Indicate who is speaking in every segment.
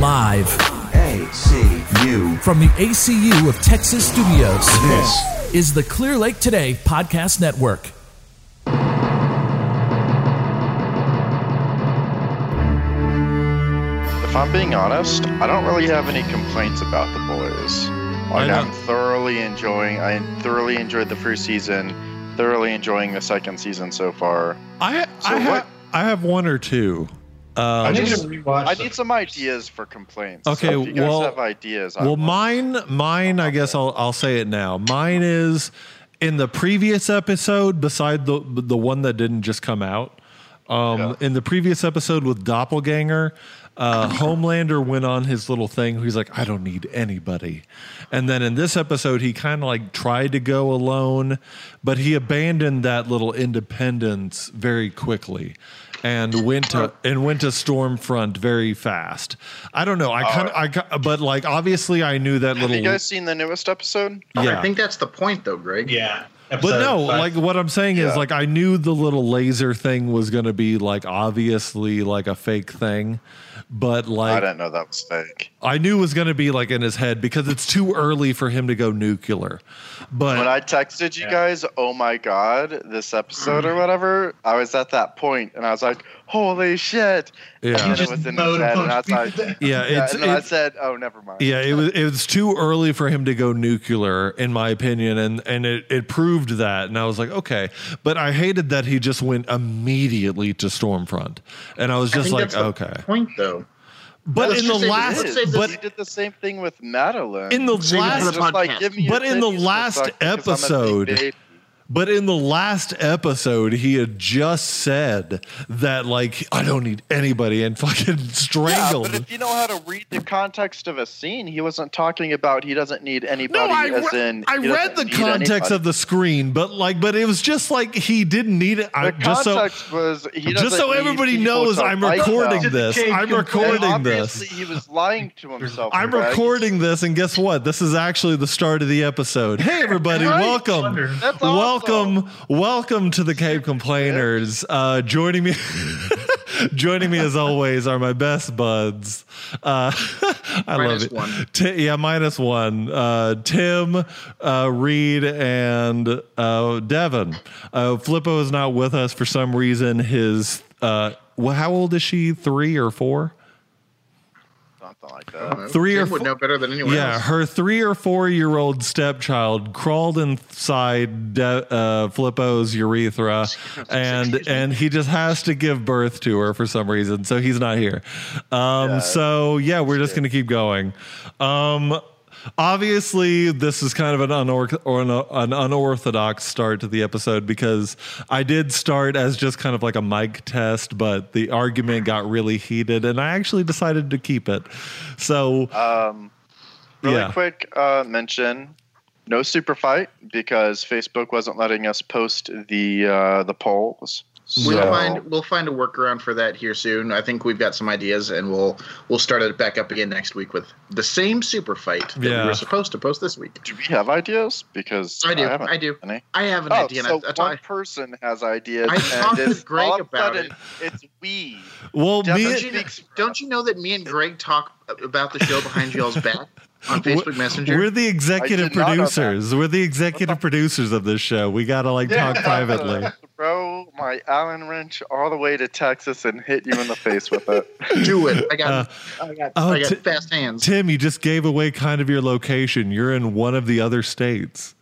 Speaker 1: Live
Speaker 2: ACU.
Speaker 1: from the ACU of Texas Studios
Speaker 2: This
Speaker 1: is the Clear Lake Today Podcast Network.
Speaker 3: If I'm being honest, I don't really have any complaints about the boys. Like,
Speaker 4: know.
Speaker 3: I'm thoroughly enjoying. I thoroughly enjoyed the first season. Thoroughly enjoying the second season so far.
Speaker 4: I
Speaker 3: So
Speaker 4: I,
Speaker 3: what-
Speaker 4: ha- I have one or two.
Speaker 3: I
Speaker 4: Um,
Speaker 3: need
Speaker 5: need
Speaker 3: just-
Speaker 5: to rewatch.
Speaker 3: I need some ideas for complaints. So
Speaker 4: Okay,
Speaker 3: if you guys
Speaker 4: well-
Speaker 3: have ideas. I
Speaker 4: well,
Speaker 3: want-
Speaker 4: mine, mine. I guess I'll I'll say it now. Mine is in the previous episode, beside the the one that didn't just come out. Um,
Speaker 3: Yeah.
Speaker 4: In the previous episode with Doppelganger, uh, Homelander went on his little thing. He's like, I don't need anybody. And then in this episode, he kind of like tried to go alone, but he abandoned that little independence very quickly. And went to and went to Stormfront very fast. I don't know. I kind of, I, ki- but like obviously I knew that
Speaker 3: Uh, Have
Speaker 4: little.
Speaker 3: you guys seen the newest episode?
Speaker 4: yeah.
Speaker 6: I think that's the point, though, Greg.
Speaker 5: Yeah.
Speaker 4: But
Speaker 5: Episode
Speaker 4: no,
Speaker 5: five.
Speaker 4: like what I'm saying
Speaker 3: Yeah.
Speaker 4: is like I knew the little laser thing was gonna be like obviously like a fake thing, but
Speaker 3: I
Speaker 4: like I,
Speaker 3: didn't know that was fake.
Speaker 4: knew it was gonna be like in his head because it's too early for him to go nuclear. But
Speaker 3: When I texted you
Speaker 5: Yeah.
Speaker 3: guys, oh my god, this episode
Speaker 4: Mm.
Speaker 3: or whatever, I was at that point and I was like, holy shit.
Speaker 4: Yeah.
Speaker 3: And
Speaker 4: You
Speaker 3: then
Speaker 5: just
Speaker 3: it was in his
Speaker 5: mowed a
Speaker 3: head and
Speaker 5: bunch of
Speaker 3: I was
Speaker 5: people
Speaker 3: like,
Speaker 4: yeah,
Speaker 3: yeah,
Speaker 4: it's
Speaker 3: and then I
Speaker 4: it-
Speaker 3: said, oh, never mind.
Speaker 4: yeah, it was it was too early for him to go nuclear, in my opinion, and and it, it proved that. And I was like, okay, but I hated that he just went immediately to Stormfront, and I was
Speaker 6: I
Speaker 4: just
Speaker 6: think
Speaker 4: like,
Speaker 6: that's the
Speaker 4: okay.
Speaker 6: Point though.
Speaker 4: But
Speaker 6: Let's
Speaker 4: in the
Speaker 6: just say-
Speaker 4: last,
Speaker 6: let's say this-
Speaker 4: but
Speaker 3: he did the same thing with Madeline.
Speaker 4: in the
Speaker 6: Save it for
Speaker 4: last
Speaker 6: the podcast.
Speaker 4: But in the last episode- But in the last episode, he had just said that, like, I don't need anybody and fucking
Speaker 3: Yeah,
Speaker 4: strangled.
Speaker 3: but if you know how to read the context of a scene, he wasn't talking about he doesn't need anybody. as
Speaker 4: re-
Speaker 3: in,
Speaker 4: I
Speaker 3: he doesn't
Speaker 4: read the
Speaker 3: need
Speaker 4: context
Speaker 3: anybody.
Speaker 4: of the screen, but like, but it was just like he didn't need it. I,
Speaker 3: The
Speaker 4: just so,
Speaker 3: context was he
Speaker 4: just
Speaker 3: doesn't
Speaker 4: so
Speaker 3: need
Speaker 4: everybody
Speaker 3: people
Speaker 4: knows,
Speaker 3: to
Speaker 4: I'm
Speaker 3: like him.
Speaker 4: recording this.
Speaker 5: Change
Speaker 4: I'm
Speaker 5: completely.
Speaker 3: And
Speaker 4: recording
Speaker 3: obviously,
Speaker 4: this.
Speaker 3: he was lying to himself.
Speaker 4: I'm
Speaker 3: Greg.
Speaker 4: recording this, and guess what? This is actually the start of the episode. Hey, everybody,
Speaker 5: Right.
Speaker 4: welcome.
Speaker 5: Wonder.
Speaker 3: That's awesome.
Speaker 4: welcome welcome to the cave complainers uh joining me joining me as always are my best buds uh i love it
Speaker 6: Minus one.
Speaker 4: Ti- yeah minus one uh tim uh reed and uh devin uh flippo is not with us for some reason his uh wh- how old is she three or four
Speaker 3: Something like that.
Speaker 4: Three
Speaker 6: Tim
Speaker 4: or
Speaker 6: would
Speaker 4: four-
Speaker 6: know better than anyone
Speaker 4: yeah,
Speaker 6: else.
Speaker 4: her three or four year old stepchild crawled inside De- uh, Flippo's urethra, and and he just has to give birth to her for some reason. So he's not here. Um, so yeah, we're just gonna keep going. Um, obviously, this is kind of an, unor- or an, an unorthodox start to the episode because I did start as just kind of like a mic test, but the argument got really heated, and I actually decided to keep it. So.
Speaker 3: Um, really
Speaker 4: Yeah.
Speaker 3: quick uh, mention: no super fight because Facebook wasn't letting us post the uh, the polls. So,
Speaker 6: We'll find we'll find a workaround for that here soon. I think we've got some ideas, and we'll we'll start it back up again next week with the same super fight that
Speaker 4: Yeah.
Speaker 6: we were supposed to post this week.
Speaker 3: do we have ideas? Because
Speaker 6: I do. I,
Speaker 3: haven't
Speaker 6: do.
Speaker 3: any.
Speaker 6: I have an
Speaker 3: oh,
Speaker 6: idea. and
Speaker 3: so
Speaker 6: I, I,
Speaker 3: one
Speaker 6: talk-
Speaker 3: person has ideas,
Speaker 6: I
Speaker 3: and
Speaker 6: talked
Speaker 3: it's
Speaker 6: with Greg
Speaker 3: all of a
Speaker 6: about
Speaker 3: sudden, It's we.
Speaker 4: Well, me,
Speaker 6: don't, you know, don't you know that me and Greg talk about the show behind y'all's back on Facebook Messenger?
Speaker 4: we're the
Speaker 3: I
Speaker 4: executive
Speaker 3: did not know that.
Speaker 4: producers. We're the executive producers of this show. We gotta like
Speaker 3: Yeah.
Speaker 4: talk privately.
Speaker 3: Throw my Allen wrench all the way to Texas and hit you in the face with it.
Speaker 6: Do it. I got
Speaker 4: Uh,
Speaker 6: I got,
Speaker 4: oh,
Speaker 6: I got
Speaker 4: Ti-
Speaker 6: fast hands.
Speaker 4: Tim, you just gave away kind of your location. You're in one of the other states.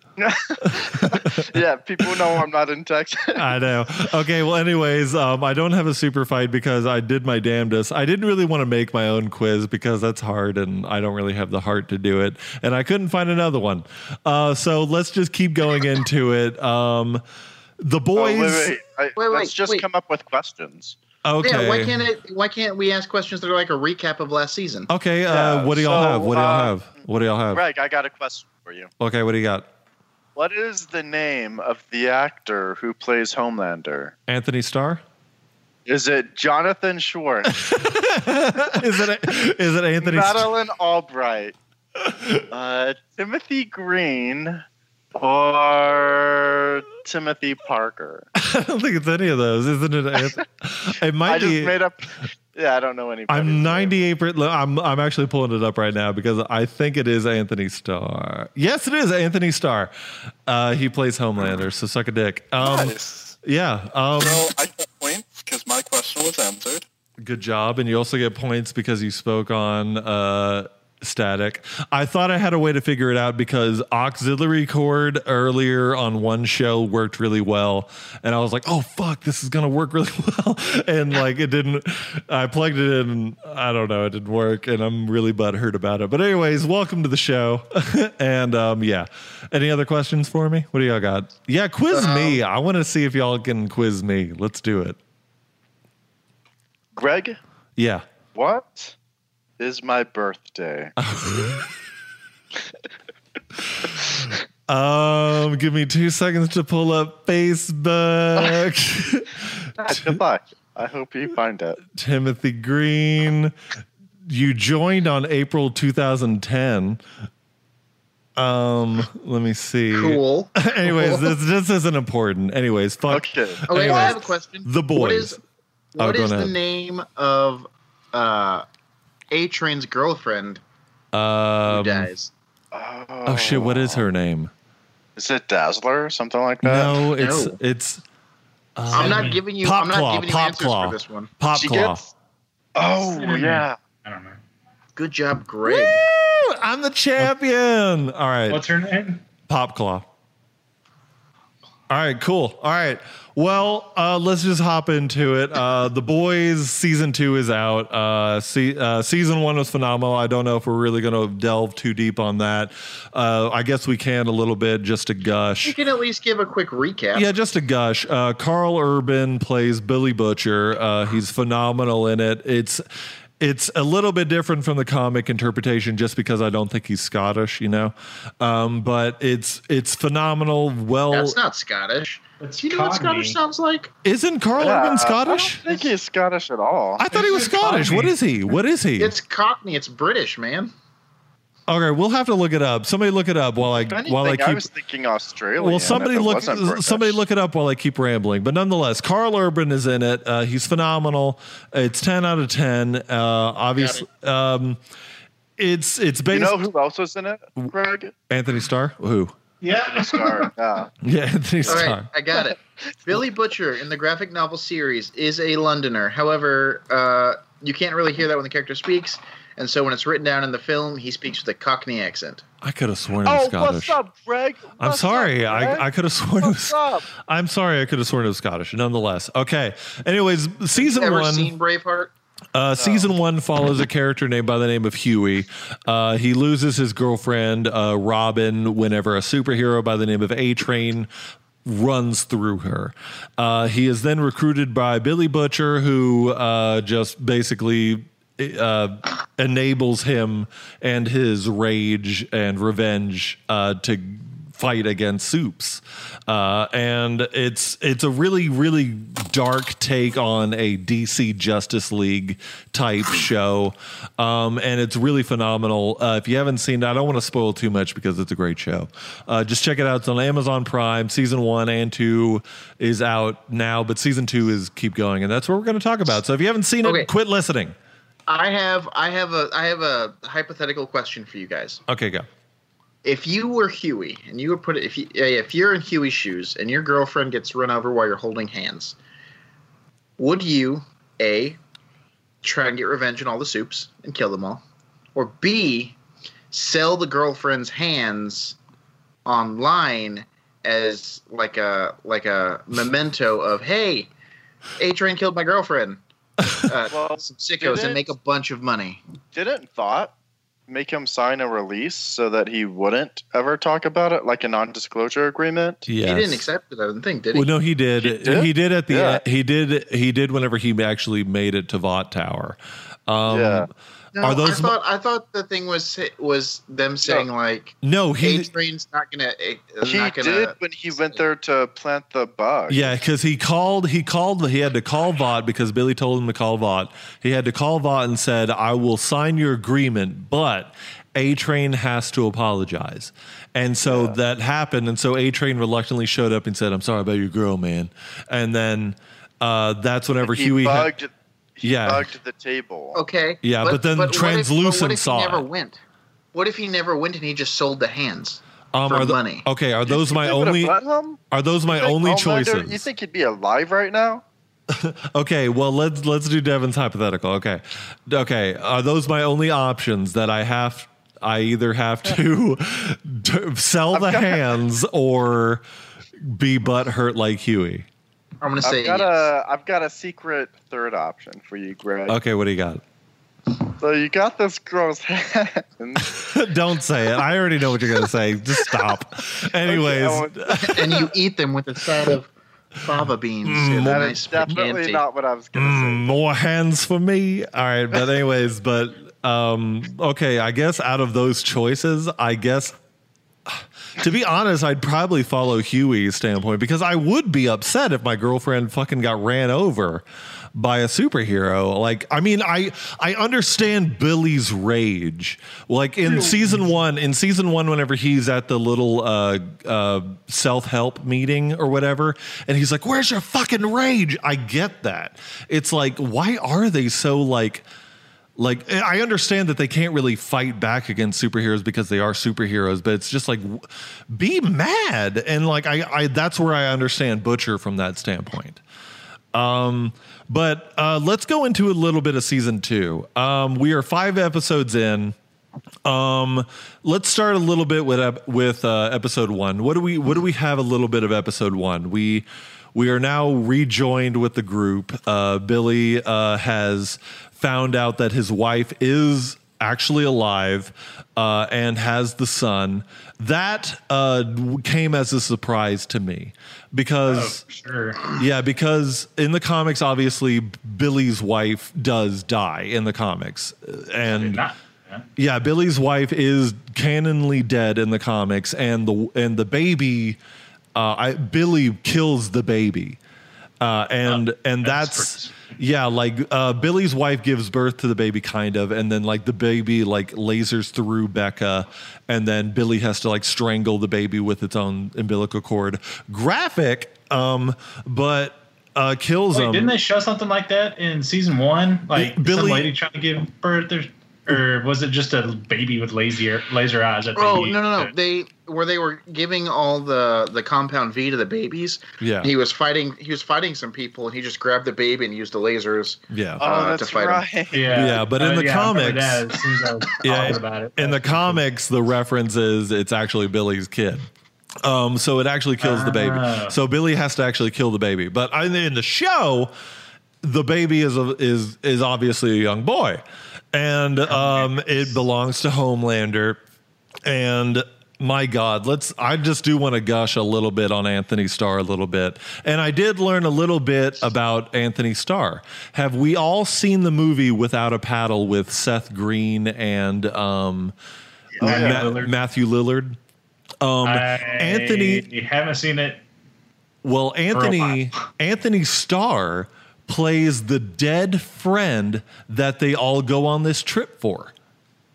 Speaker 3: yeah, people know I'm not in Texas.
Speaker 4: I know. Okay. Well, anyways, um, I don't have a super fight because I did my damnedest. I didn't really want to make my own quiz because that's hard and I don't really have the heart to do it. And I couldn't find another one. Uh, so let's just keep going into it. Um, the
Speaker 3: Oh,
Speaker 4: boys.
Speaker 3: wait, wait, I-
Speaker 6: wait,
Speaker 3: let's just
Speaker 6: wait.
Speaker 3: come up with questions.
Speaker 4: Okay.
Speaker 6: Yeah, why can't it? Why can't we ask questions that are like a recap of last season?
Speaker 4: Okay,
Speaker 3: Yeah,
Speaker 4: uh, what do y'all
Speaker 3: so,
Speaker 4: have? What do y'all
Speaker 3: uh,
Speaker 4: have? What do y'all have?
Speaker 3: Greg, I got a question for you.
Speaker 4: Okay, what do you got?
Speaker 3: What is the name of the actor who plays Homelander?
Speaker 4: Anthony Starr?
Speaker 3: Is it Jonathan Schwartz,
Speaker 4: is it is it Anthony Starr?
Speaker 3: Madeline Albright, uh, Timothy Green, or Timothy Parker?
Speaker 4: I don't think it's any of those. Isn't it? Anth- it might
Speaker 3: I just
Speaker 4: be.
Speaker 3: made up. Yeah, I don't know anybody.
Speaker 4: I'm 98. per- le- I'm I'm actually pulling it up right now because I think it is Anthony Starr. Yes, it is Anthony Starr. Uh, he plays Homelander, so suck a dick. Um,
Speaker 5: Nice.
Speaker 4: Yeah. Um,
Speaker 5: So I get points because my question was answered.
Speaker 4: good job, and you also get points because you spoke on uh, static. I thought I had a way to figure it out because auxiliary cord earlier on one show worked really well, and I was like, "Oh fuck, this is gonna work really well," and like it didn't. I plugged it in. I don't know. It didn't work, and I'm really butthurt about it. But anyways, welcome to the show, and um, yeah. Any other questions for me? What do y'all got? Yeah, quiz me. I want to see if y'all can quiz me. Let's do it.
Speaker 3: Greg,
Speaker 4: Yeah.
Speaker 3: what is my birthday?
Speaker 4: Um, give me two seconds to pull up Facebook.
Speaker 3: Good luck. I hope you find it.
Speaker 4: Timothy Green, you joined on April 2010. Um, let me see.
Speaker 6: Cool.
Speaker 4: Anyways, this this isn't important. Anyways, fuck.
Speaker 3: Okay.
Speaker 6: Oh, wait, I
Speaker 4: Anyways,
Speaker 6: have a question.
Speaker 4: The
Speaker 6: What
Speaker 4: boys.
Speaker 6: is,
Speaker 4: Oh,
Speaker 6: what
Speaker 4: go
Speaker 6: is the
Speaker 4: ahead.
Speaker 6: name of uh, A Train's girlfriend who
Speaker 4: Um,
Speaker 6: dies?
Speaker 3: Oh,
Speaker 4: oh shit, what is her name?
Speaker 3: Is it Dazzler or something like that?
Speaker 4: No, it's
Speaker 6: Uh, no.
Speaker 4: it's
Speaker 6: I'm not giving you. I'm not
Speaker 4: Popclaw,
Speaker 6: giving you answers
Speaker 4: Popclaw.
Speaker 6: for this one.
Speaker 3: She
Speaker 4: Popclaw.
Speaker 3: gets. Oh yeah.
Speaker 7: I don't know.
Speaker 6: Good job, Greg.
Speaker 4: Woo! I'm the champion. All right.
Speaker 7: What's her name?
Speaker 4: Pop Claw. All right, cool. All right. Well, uh, let's just hop into it. Uh, the Boys season two is out. Uh, se- uh, season one was phenomenal. I don't know if we're really going to delve too deep on that. Uh, I guess we can a little bit just to gush.
Speaker 6: You can at least give a quick recap.
Speaker 4: Yeah, just a gush. Uh, Carl Urban plays Billy Butcher. Uh, he's phenomenal in it. It's it's a little bit different from the comic interpretation, just because I don't think he's Scottish, you know. Um, but it's it's phenomenal. Well,
Speaker 6: That's not Scottish.
Speaker 7: It's
Speaker 6: Do you know what Scottish sounds like?
Speaker 4: isn't Carl Urban
Speaker 3: uh, I
Speaker 4: Scottish?
Speaker 3: don't think he's Scottish at all.
Speaker 4: I thought he was
Speaker 7: It's just
Speaker 4: Scottish. What
Speaker 7: Cockney.
Speaker 4: is he? What is he?
Speaker 6: It's Cockney. It's British, man.
Speaker 4: okay, we'll have to look it up. Somebody look it up while I
Speaker 3: If anything,
Speaker 4: while I
Speaker 3: I,
Speaker 4: keep.
Speaker 3: was thinking Australia.
Speaker 4: Well, somebody look somebody look it up while I keep rambling. But nonetheless, Carl Urban is in it. Uh, he's phenomenal. It's ten out of ten. Uh, obviously, um, it's it's
Speaker 3: You
Speaker 4: based
Speaker 3: know who else was in it? Greg.
Speaker 4: Anthony Starr. Who?
Speaker 7: Yeah.
Speaker 3: Sorry, yeah.
Speaker 4: Yeah, Anthony
Speaker 6: All
Speaker 4: Starr.
Speaker 6: right, I got it. Billy Butcher in the graphic novel series is a Londoner. However, uh, you can't really hear that when the character speaks, and so when it's written down in the film, he speaks with a Cockney accent.
Speaker 4: I could have sworn it was
Speaker 3: Oh,
Speaker 4: Scottish.
Speaker 3: what's up, Greg?
Speaker 4: I'm
Speaker 3: What's
Speaker 4: sorry.
Speaker 3: up, Greg?
Speaker 4: I, I could have sworn it was.
Speaker 3: What's up?
Speaker 4: I'm sorry. I could have sworn it was Scottish. Nonetheless, okay. Anyways, season
Speaker 6: Ever
Speaker 4: one.
Speaker 6: seen Braveheart?
Speaker 4: Uh, Season one follows a character named by the name of Huey. Uh, he loses his girlfriend, uh, Robin, whenever a superhero by the name of A Train runs through her. Uh, he is then recruited by Billy Butcher, who uh, just basically. Uh, enables him and his rage and revenge uh, to fight against soups uh, and it's it's a really really dark take on a dc justice league type show um, and it's really phenomenal uh, if you haven't seen it i don't want to spoil too much because it's a great show uh, just check it out it's on amazon prime season one and two is out now but season two is keep going and that's what we're going to talk about so if you haven't seen it
Speaker 6: Okay.
Speaker 4: quit listening
Speaker 6: I have, I have a, I have a hypothetical question for you guys.
Speaker 4: okay go
Speaker 6: If you were Huey and you were put, if you, yeah, yeah, if you're in Huey's shoes and your girlfriend gets run over while you're holding hands, would you a try and get revenge on all the soups and kill them all, or b sell the girlfriend's hands online as like a like a memento of hey, A Train killed my girlfriend. Uh,
Speaker 3: Well,
Speaker 6: some sickos
Speaker 3: did it?
Speaker 6: and make a bunch of money.
Speaker 3: Didn't Thought make him sign a release so that he wouldn't ever talk about it, like a non-disclosure agreement?
Speaker 4: yeah
Speaker 6: He didn't accept it. I don't think did he?
Speaker 4: Well, no, he did. He did,
Speaker 3: did?
Speaker 4: at the
Speaker 3: Yeah.
Speaker 4: end. He did. He did whenever he actually made it to Vaught Tower. Um,
Speaker 3: Yeah.
Speaker 6: No,
Speaker 4: Are those
Speaker 6: I thought I thought the thing was was them saying like
Speaker 4: No,
Speaker 6: A
Speaker 4: he.
Speaker 6: train's not gonna. eh,
Speaker 3: He
Speaker 6: not gonna
Speaker 3: did when he went there to plant the bug.
Speaker 4: Yeah, because he called. He called. He had to call Vought because Billy told him to call Vought. He had to call Vought and said, "I will sign your agreement, but." A Train has to apologize. And so that happened. And so A Train reluctantly showed up and said, I'm sorry about your girl, man. And then uh, that's whenever
Speaker 3: he
Speaker 4: Huey. had-
Speaker 3: bugged He
Speaker 4: Yeah.
Speaker 3: bugged the table.
Speaker 6: Okay.
Speaker 4: Yeah, but then
Speaker 6: what if-
Speaker 4: Translucent
Speaker 6: what if he
Speaker 4: saw
Speaker 6: never
Speaker 4: it.
Speaker 6: went? What if he never went and he just sold the hands?
Speaker 4: Um,
Speaker 6: For
Speaker 4: are the-
Speaker 6: money.
Speaker 4: Okay, are those my
Speaker 3: They would've
Speaker 4: only?
Speaker 3: let him?
Speaker 4: Are those my
Speaker 3: Like,
Speaker 4: only
Speaker 3: Almighty,
Speaker 4: choices?
Speaker 3: You think he'd be alive right now?
Speaker 4: Okay, well let's let's do Devin's hypothetical. Okay, okay, are those my only options that I have? I either have to, to sell the
Speaker 3: got-
Speaker 4: hands or be butt hurt like Huey.
Speaker 6: I'm gonna say
Speaker 3: I've got
Speaker 6: yes.
Speaker 3: a I've got a secret third option for you, Greg.
Speaker 4: Okay, what do you got?
Speaker 3: So you got this girl's hand.
Speaker 4: Don't say it. I already know what you're gonna say. Just stop. Anyways,
Speaker 3: Okay, I won't-
Speaker 6: and you eat them with a side of fava
Speaker 4: Hmm,
Speaker 6: beans. and a
Speaker 3: that
Speaker 6: nice
Speaker 3: is definitely
Speaker 6: picante.
Speaker 3: not what I was gonna
Speaker 4: Mm, more hands for me. All right, but anyways, but um okay, I guess out of those choices, I guess to be honest, I'd probably follow Huey's standpoint because I would be upset if my girlfriend fucking got ran over by a superhero. Like, I mean, I I understand Billy's rage. Like in season one, in season one, whenever he's at the little uh, uh, self help meeting or whatever, and he's like, "Where's your fucking rage?" I get that. It's like, why are they so like? like eh, I understand that they can't really fight back against superheroes because they are superheroes, but it's just like w- be mad and like I, I that's where I understand Butcher from that standpoint. Um, but uh, let's go into a little bit of season two. Um, we are five episodes in. Um, let's start a little bit with ep- with uh, episode one. What do we what do we have a little bit of episode one? We we are now rejoined with the group. Uh, Billy uh, has found out that his wife is actually alive uh, and has the son. That uh, w- came as a surprise to me
Speaker 7: Oh.
Speaker 4: because.
Speaker 7: Sure.
Speaker 4: Yeah, because in the comics, obviously Billy's wife does die in the comics, and
Speaker 7: Not. yeah.
Speaker 4: yeah, Billy's wife is canonly dead in the comics, and the and the baby, uh, I, Billy kills the baby, uh, and and that's.
Speaker 7: pretty-
Speaker 4: Yeah, like uh, Billy's wife gives birth to the baby, kind of, and then like the baby like lasers through Becca, and then Billy has to like strangle the baby with its own umbilical cord. Graphic, um, but uh, kills
Speaker 7: Wait,
Speaker 4: him.
Speaker 7: didn't they show something like that in season one? Like some
Speaker 4: Billy-
Speaker 7: lady trying to give birth, or, or was it just a baby with laser laser eyes? That
Speaker 6: Oh
Speaker 7: they
Speaker 6: no no no!
Speaker 7: used?
Speaker 6: They where they were giving all the the compound V to the babies.
Speaker 4: Yeah.
Speaker 6: He was fighting. He was fighting some people, and he just grabbed the baby and used the lasers.
Speaker 4: yeah,
Speaker 3: Oh,
Speaker 6: Uh, to
Speaker 3: that's
Speaker 6: fight 'em.
Speaker 3: right.
Speaker 7: yeah,
Speaker 4: Yeah, but in the
Speaker 7: I remember
Speaker 4: comics-
Speaker 7: that as soon as I was
Speaker 4: Yeah,
Speaker 7: talking about it.
Speaker 4: in the
Speaker 7: That's pretty
Speaker 4: comics, the reference is it's actually Billy's kid. Um, so it actually kills the baby.
Speaker 7: Ah.
Speaker 4: So Billy has to actually kill the baby. But in in the show, the baby is a, is is obviously a young boy, and um, it belongs to Homelander. And my God, let's. I just do want to gush a little bit on Anthony Starr a little bit, and I did learn a little bit about Anthony Starr. Have we all seen the movie Without a Paddle with Seth Green and um,
Speaker 7: Matthew
Speaker 4: Ma-
Speaker 7: Lillard.
Speaker 4: Matthew Lillard? Um,
Speaker 7: cool.
Speaker 4: Anthony
Speaker 7: I haven't seen it.
Speaker 4: well, Anthony
Speaker 7: Robot.
Speaker 4: Anthony Starr plays the dead friend that they all go on this trip for.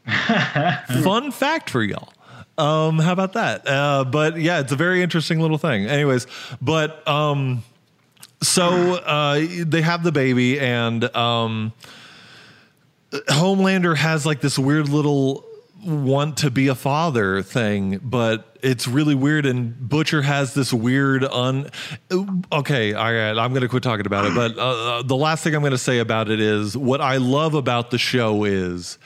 Speaker 4: Fun fact for y'all. Um, how about that? Uh, but yeah, it's a very interesting little thing. Anyways, but um, so uh, they have the baby, and um, Homelander has like this weird little want to be a father thing, but it's really weird. And Butcher has this weird un. Okay, all right, I'm going to quit talking about it. But uh, uh, the last thing I'm going to say about it is what I love about the show is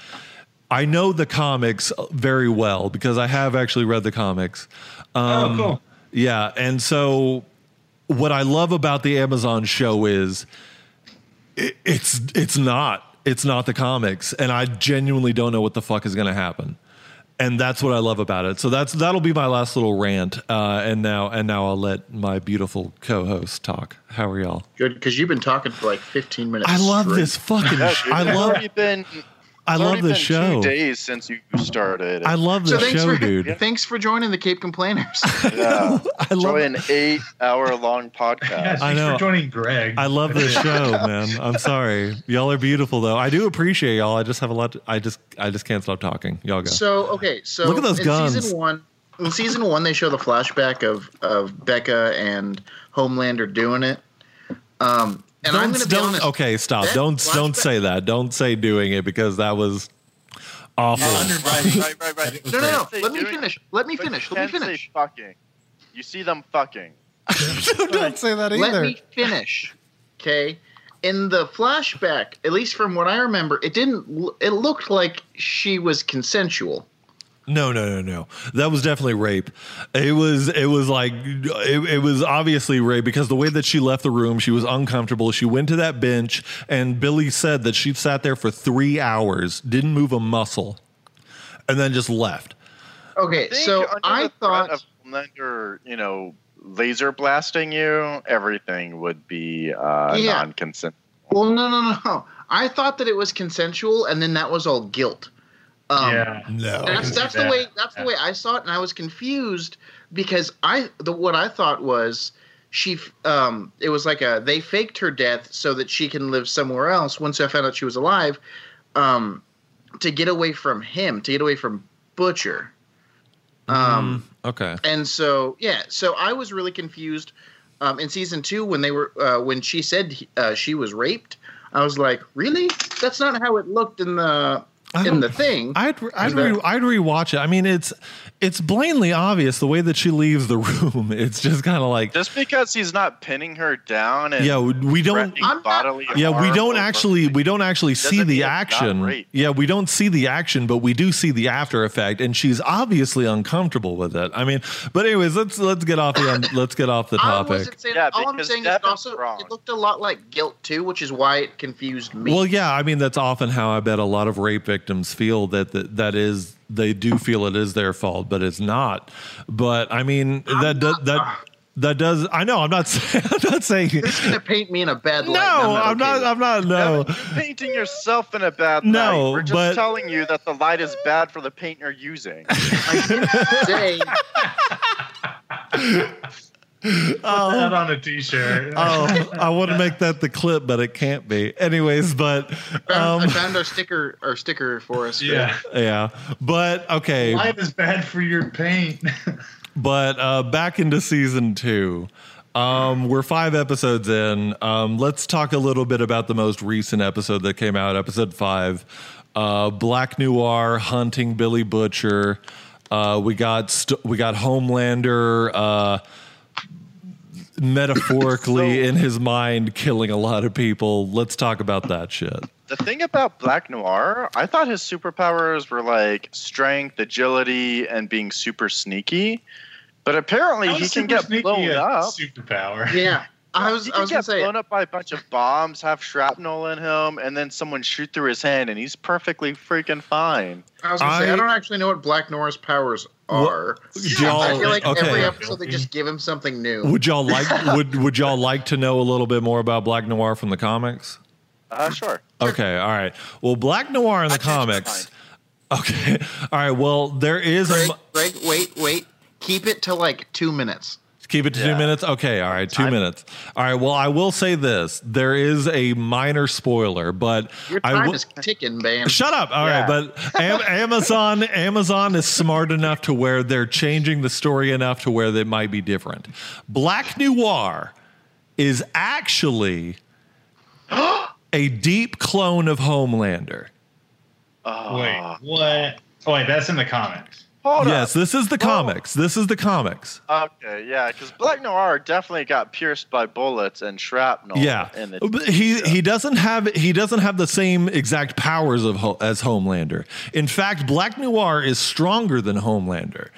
Speaker 4: I know the comics very well because I have actually read the comics. Um,
Speaker 7: cool.
Speaker 4: Yeah, and so what I love about the Amazon show is it, it's it's not it's not the comics, and I genuinely don't know what the fuck is going to happen, and that's what I love about it. So that's that'll be my last little rant, uh, and now and now I'll let my beautiful co-host talk. How are y'all?
Speaker 6: Good, because you've been talking for like 15 minutes.
Speaker 4: I love
Speaker 6: straight.
Speaker 4: this fucking. Sh- I
Speaker 3: It's
Speaker 4: love
Speaker 3: already been.
Speaker 4: I
Speaker 3: it's
Speaker 4: love
Speaker 3: already
Speaker 4: this
Speaker 3: been
Speaker 4: show.
Speaker 3: Two days since you started.
Speaker 4: I love
Speaker 6: So
Speaker 4: this
Speaker 6: thanks
Speaker 4: show,
Speaker 6: for
Speaker 4: dude.
Speaker 6: thanks for joining the Cape Complainers.
Speaker 3: Yeah.
Speaker 4: I love
Speaker 3: Enjoy an eight-hour-long
Speaker 7: Yeah,
Speaker 3: podcast.
Speaker 7: thanks
Speaker 4: know.
Speaker 7: for joining Greg.
Speaker 4: I love this show, man. I'm sorry. Y'all are beautiful though. I do appreciate y'all. I just have a lot to- I just I just can't stop talking. Y'all go.
Speaker 6: So okay, so
Speaker 4: Look at those
Speaker 6: in
Speaker 4: guns.
Speaker 6: season one, in season one, they show the flashback of of Becca and Homelander doing it. Um, And
Speaker 4: don't,
Speaker 6: I'm going to be
Speaker 4: don't-
Speaker 6: honest.
Speaker 4: Okay, stop.
Speaker 6: That
Speaker 4: don't don't
Speaker 6: flashback-
Speaker 4: say that. Don't say doing it because that was awful.
Speaker 5: right, right, right, right.
Speaker 6: No, no, no.
Speaker 3: Say
Speaker 6: Let me
Speaker 3: doing-
Speaker 6: finish. Let me
Speaker 3: But
Speaker 6: finish.
Speaker 3: you
Speaker 6: Let
Speaker 3: can't
Speaker 6: me
Speaker 3: say
Speaker 6: finish.
Speaker 3: fucking. You see them fucking.
Speaker 8: Don't say that
Speaker 6: Let
Speaker 8: either.
Speaker 6: me finish. Okay. In the flashback, at least from what I remember, it didn't. l- It looked like she was consensual.
Speaker 4: No, no, no, no. That was definitely rape. It was it was like it, it was obviously rape because the way that she left the room, she was uncomfortable. She went to that bench and Billy said that she sat there for 3 hours, didn't move a muscle, and then just left.
Speaker 6: Okay,
Speaker 3: think
Speaker 6: so
Speaker 3: under
Speaker 6: I
Speaker 3: the threat
Speaker 6: thought
Speaker 3: of Homelander, you know, laser blasting you, everything would be uh,
Speaker 6: Yeah.
Speaker 3: non-consent.
Speaker 6: Well, no, no, no. I thought that it was consensual, and then that was all guilt. Um,
Speaker 7: yeah.
Speaker 4: No.
Speaker 6: That's
Speaker 7: see
Speaker 6: that's the
Speaker 7: that.
Speaker 6: way that's the way I saw it, and I was confused because I the what I thought was she f- um it was like a they faked her death so that she can live somewhere else. Once I found out she was alive, um, to get away from him, to get away from Butcher. Um,
Speaker 4: Okay.
Speaker 6: and so yeah so i was really confused um, in season two when they were uh, when she said uh, she was raped i was like really that's not how it looked in the in the thing
Speaker 4: I'd I'd,
Speaker 6: that-
Speaker 4: re, I'd rewatch it. I mean, it's it's blatantly obvious the way that she leaves the room. It's just kind of like
Speaker 3: Just because he's not pinning her down and
Speaker 4: yeah, we don't
Speaker 3: threatening
Speaker 6: I'm not-
Speaker 3: bodily
Speaker 4: yeah we
Speaker 3: harm
Speaker 4: don't
Speaker 3: over-
Speaker 4: actually we don't actually see
Speaker 3: Doesn't mean
Speaker 4: the
Speaker 3: it's not
Speaker 4: action
Speaker 3: rape.
Speaker 4: yeah we don't see the action but we do see the after effect and she's obviously uncomfortable with it i mean but anyways let's let's get off the let's get off the
Speaker 6: I
Speaker 4: topic
Speaker 6: wasn't saying,
Speaker 3: Yeah,
Speaker 6: all I'm
Speaker 3: because
Speaker 6: saying is
Speaker 3: that
Speaker 6: it
Speaker 3: was
Speaker 6: also
Speaker 3: wrong.
Speaker 6: it looked a lot like guilt too, which is why it confused me.
Speaker 4: well yeah i mean that's often how i bet a lot of rape victims feel that that, that is they do feel it is their fault but it's not but i mean that does that that does i know i'm not saying i'm not saying
Speaker 6: this is gonna paint me in a bad light.
Speaker 4: no
Speaker 6: and
Speaker 4: i'm
Speaker 6: okay
Speaker 4: not
Speaker 6: with it.
Speaker 4: i'm not
Speaker 3: No,
Speaker 4: no
Speaker 3: but you're painting yourself in a bad
Speaker 4: No,
Speaker 3: light. We're just
Speaker 4: but-
Speaker 3: telling you that the light is bad for the paint you're using.
Speaker 6: Say,
Speaker 7: Put that on a t-shirt.
Speaker 4: oh, I want to make that the clip, but it can't be. Anyways, but um,
Speaker 6: I found our sticker, our sticker for us.
Speaker 7: yeah.
Speaker 4: yeah, but okay,
Speaker 7: Life is bad for your pain.
Speaker 4: but uh, back into season two. Um, we're five episodes in. Um, let's talk a little bit about the most recent episode that came out, episode five. Uh, Black Noir hunting Billy Butcher. Uh, we got st- we got Homelander uh, metaphorically
Speaker 3: So-
Speaker 4: in his mind killing a lot of people. Let's talk about that shit.
Speaker 3: the thing about Black Noir, I thought his superpowers were like strength, agility, and being super sneaky. But apparently,
Speaker 7: How
Speaker 3: he
Speaker 7: is
Speaker 3: can
Speaker 7: super
Speaker 3: get
Speaker 7: sneaky
Speaker 3: blown
Speaker 7: a
Speaker 3: up.
Speaker 7: Superpower.
Speaker 6: yeah. I was,
Speaker 3: he
Speaker 6: I
Speaker 3: can
Speaker 6: was gonna
Speaker 3: get
Speaker 6: say,
Speaker 3: blown up by a bunch of bombs, have shrapnel in him, and then someone shoot through his hand, and he's perfectly freaking fine.
Speaker 6: I was gonna say,
Speaker 4: I-
Speaker 6: I don't actually know what Black Nora's powers are.
Speaker 4: Y'all-
Speaker 6: I feel like
Speaker 4: okay.
Speaker 6: every episode they just give him something new.
Speaker 4: Would y'all like would would y'all like to know a little bit more about Black Noir from the comics?
Speaker 3: Uh, sure.
Speaker 4: Okay, all right. Well, Black Noir in the
Speaker 5: I think it's
Speaker 4: comics. Okay, all right. Well, there is a.
Speaker 6: Greg,
Speaker 4: mo-
Speaker 6: Greg, wait, wait. Keep it to like two minutes.
Speaker 4: Keep it to two
Speaker 3: Yeah.
Speaker 4: minutes. Okay, all right, 2 minutes. All right. Well, I will say this: there is a minor spoiler, but
Speaker 6: Your
Speaker 4: I
Speaker 6: time
Speaker 4: will-
Speaker 6: is ticking, man.
Speaker 4: Shut up. All right,
Speaker 3: Yeah.
Speaker 4: but Am- Amazon Amazon is smart enough to where they're changing the story enough to where they might be different. Black Noir is actually a deep clone of Homelander.
Speaker 7: Wait, what? Oh, wait, that's in the comics.
Speaker 3: Hold
Speaker 4: yes, this is the comics. This is the comics.
Speaker 3: up. Okay, yeah, because Black Noir definitely got pierced by bullets and shrapnel.
Speaker 4: Yeah,
Speaker 3: In the
Speaker 4: But he he doesn't have he doesn't have the same exact powers of Ho- as Homelander. In fact, Black Noir is stronger than Homelander.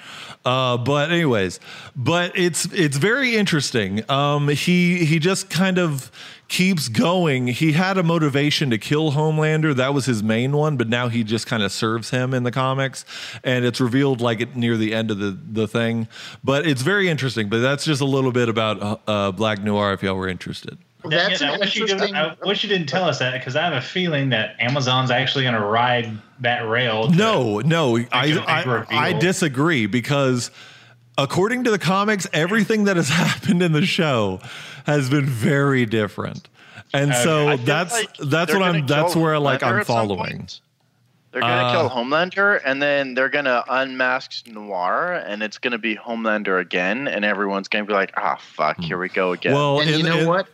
Speaker 4: Uh, but anyways, but it's it's very interesting. Um, he he just kind of keeps going. He had a motivation to kill Homelander. That was his main one, but now he just kind of serves him in the comics, and it's revealed like at near the end of the the thing. But it's very interesting. But that's just a little bit about uh, uh, Black Noir if y'all were interested.
Speaker 6: That's
Speaker 7: Yeah, I
Speaker 6: an
Speaker 7: wish you didn't-
Speaker 6: interesting.
Speaker 7: I wish you didn't tell us that because I have a feeling that Amazon's actually going to ride that rail. to-
Speaker 4: No, no, I
Speaker 7: a big
Speaker 4: I,
Speaker 7: reveal.
Speaker 4: I disagree because according to the comics, everything that has happened in the show has been very different, and so
Speaker 3: I feel
Speaker 4: that's
Speaker 3: like
Speaker 4: that's
Speaker 3: they're
Speaker 4: what
Speaker 3: gonna
Speaker 4: I'm that's
Speaker 3: kill
Speaker 4: where like
Speaker 3: Homelander
Speaker 4: I'm
Speaker 3: at some
Speaker 4: following.
Speaker 3: point. They're gonna
Speaker 4: Uh,
Speaker 3: kill Homelander, and then they're gonna unmask Noir, and it's gonna be Homelander again, and everyone's gonna be like, "Ah, fuck, here we go again."
Speaker 4: Hmm. Well,
Speaker 6: and
Speaker 4: in,
Speaker 6: you know
Speaker 4: in-
Speaker 6: what?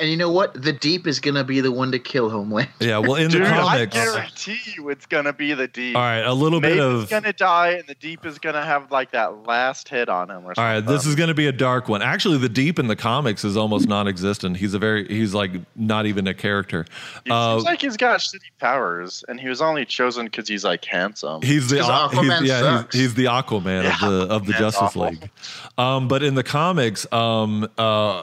Speaker 6: And you know what? The Deep is going to be the one to kill Homeland.
Speaker 4: Yeah, well, in
Speaker 3: Dude,
Speaker 4: the
Speaker 3: I
Speaker 4: comics. All
Speaker 3: guarantee you it's going to be the deep.
Speaker 4: right, a little
Speaker 3: Maybe
Speaker 4: bit
Speaker 3: he's
Speaker 4: of.
Speaker 3: going to die, and the deep is going to have like that last hit on him or something.
Speaker 4: All right, this is going to be a dark one. Actually, the deep in the comics is almost non-existent. He's a very he's like not even a character.
Speaker 3: He
Speaker 4: Uh,
Speaker 3: seems like he's got shitty powers, and he was only chosen because he's like handsome.
Speaker 4: he's the
Speaker 6: Because
Speaker 4: Aqu- he's,
Speaker 6: Aquaman
Speaker 4: yeah,
Speaker 6: sucks.
Speaker 4: he's, he's the Aquaman
Speaker 3: Yeah,
Speaker 4: of the of the
Speaker 3: Aquaman's
Speaker 4: Justice
Speaker 3: awful.
Speaker 4: League. Um, but in the comics, um, uh,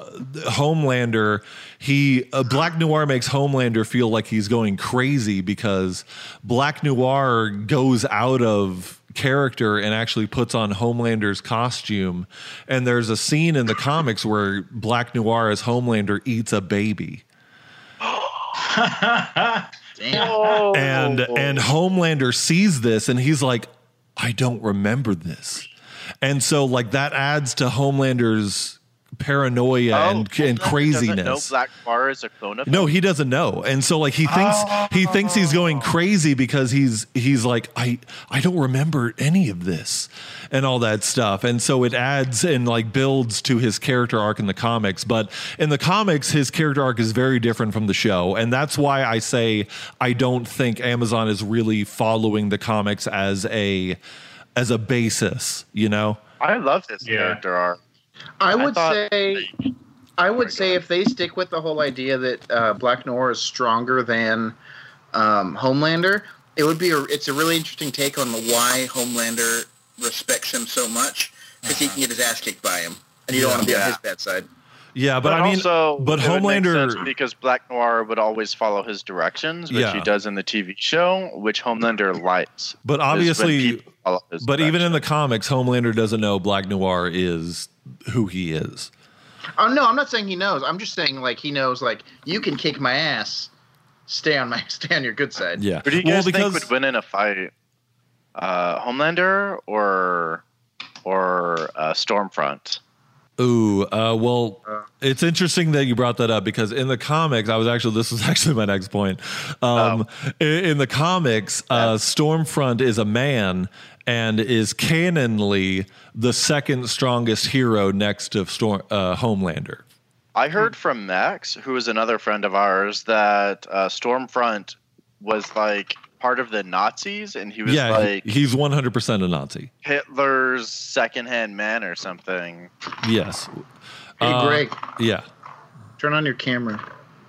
Speaker 4: Homelander, he uh, Black Noir makes Homelander feel like he's going crazy because Black Noir goes out of character and actually puts on Homelander's costume. And there's a scene in the comics where Black Noir as Homelander eats a baby.
Speaker 6: Damn.
Speaker 3: Oh.
Speaker 4: and and Homelander sees this and he's like, I don't remember this, and so like that adds to Homelander's paranoia
Speaker 3: Oh,
Speaker 4: and, and
Speaker 3: Homelander doesn't know
Speaker 4: craziness.
Speaker 3: Black Noir is a clone of him.
Speaker 4: No, he doesn't know, and so like he thinks he thinks he's
Speaker 3: Oh.
Speaker 4: going crazy because he's he's like I I don't remember any of this and all that stuff, and so it adds and like builds to his character arc in the comics. But in the comics, his character arc is very different from the show, and that's why I say I don't think Amazon is really following the comics as a as a basis, you know.
Speaker 3: I love this
Speaker 7: Yeah.
Speaker 3: character arc.
Speaker 6: I would
Speaker 3: thought-
Speaker 6: say, I
Speaker 3: Sorry, go
Speaker 6: would say if they stick with the whole idea that uh, Black Noir is stronger than um, Homelander, it would be a, it's a really interesting take on the why
Speaker 5: Homelander respects him so much because he can get his ass kicked by him.
Speaker 6: and you don't want to be
Speaker 3: Yeah.
Speaker 6: on his bad side.
Speaker 4: Yeah, but, I mean,
Speaker 3: also,
Speaker 4: but
Speaker 3: it would make
Speaker 4: Homelander-
Speaker 3: sense because Black Noir would always follow his directions, which
Speaker 4: Yeah.
Speaker 3: he does in the TV show, which Homelander likes.
Speaker 4: but
Speaker 3: is when
Speaker 4: obviously.
Speaker 3: people follow his
Speaker 4: But even
Speaker 3: directions.
Speaker 4: in the comics, Homelander doesn't know Black Noir is who he is.
Speaker 6: Oh no, I'm not saying he knows. I'm just saying like he knows like you can kick my ass, stay on my stay on your good side.
Speaker 4: Yeah.
Speaker 3: who do you
Speaker 4: well,
Speaker 3: guys
Speaker 4: because
Speaker 3: think would win in a fight, uh, Homelander or or uh, Stormfront?
Speaker 4: ooh, uh, well, it's interesting that you brought that up because in the comics, I was actually this was actually my next point. Um,
Speaker 3: Oh.
Speaker 4: i- in, the comics, uh, Stormfront is a man and is canonly the second strongest hero next to Storm uh, Homelander. Hmm.
Speaker 3: I heard from Max, who is another friend of ours, that uh, Stormfront was like part of the Nazis, and he was
Speaker 4: yeah, he-
Speaker 3: like
Speaker 4: he's one hundred percent a Nazi.
Speaker 3: Hitler's secondhand man or something.
Speaker 4: Yes.
Speaker 6: Hey
Speaker 4: Uh,
Speaker 6: Greg,
Speaker 4: Yeah.
Speaker 6: turn on your camera.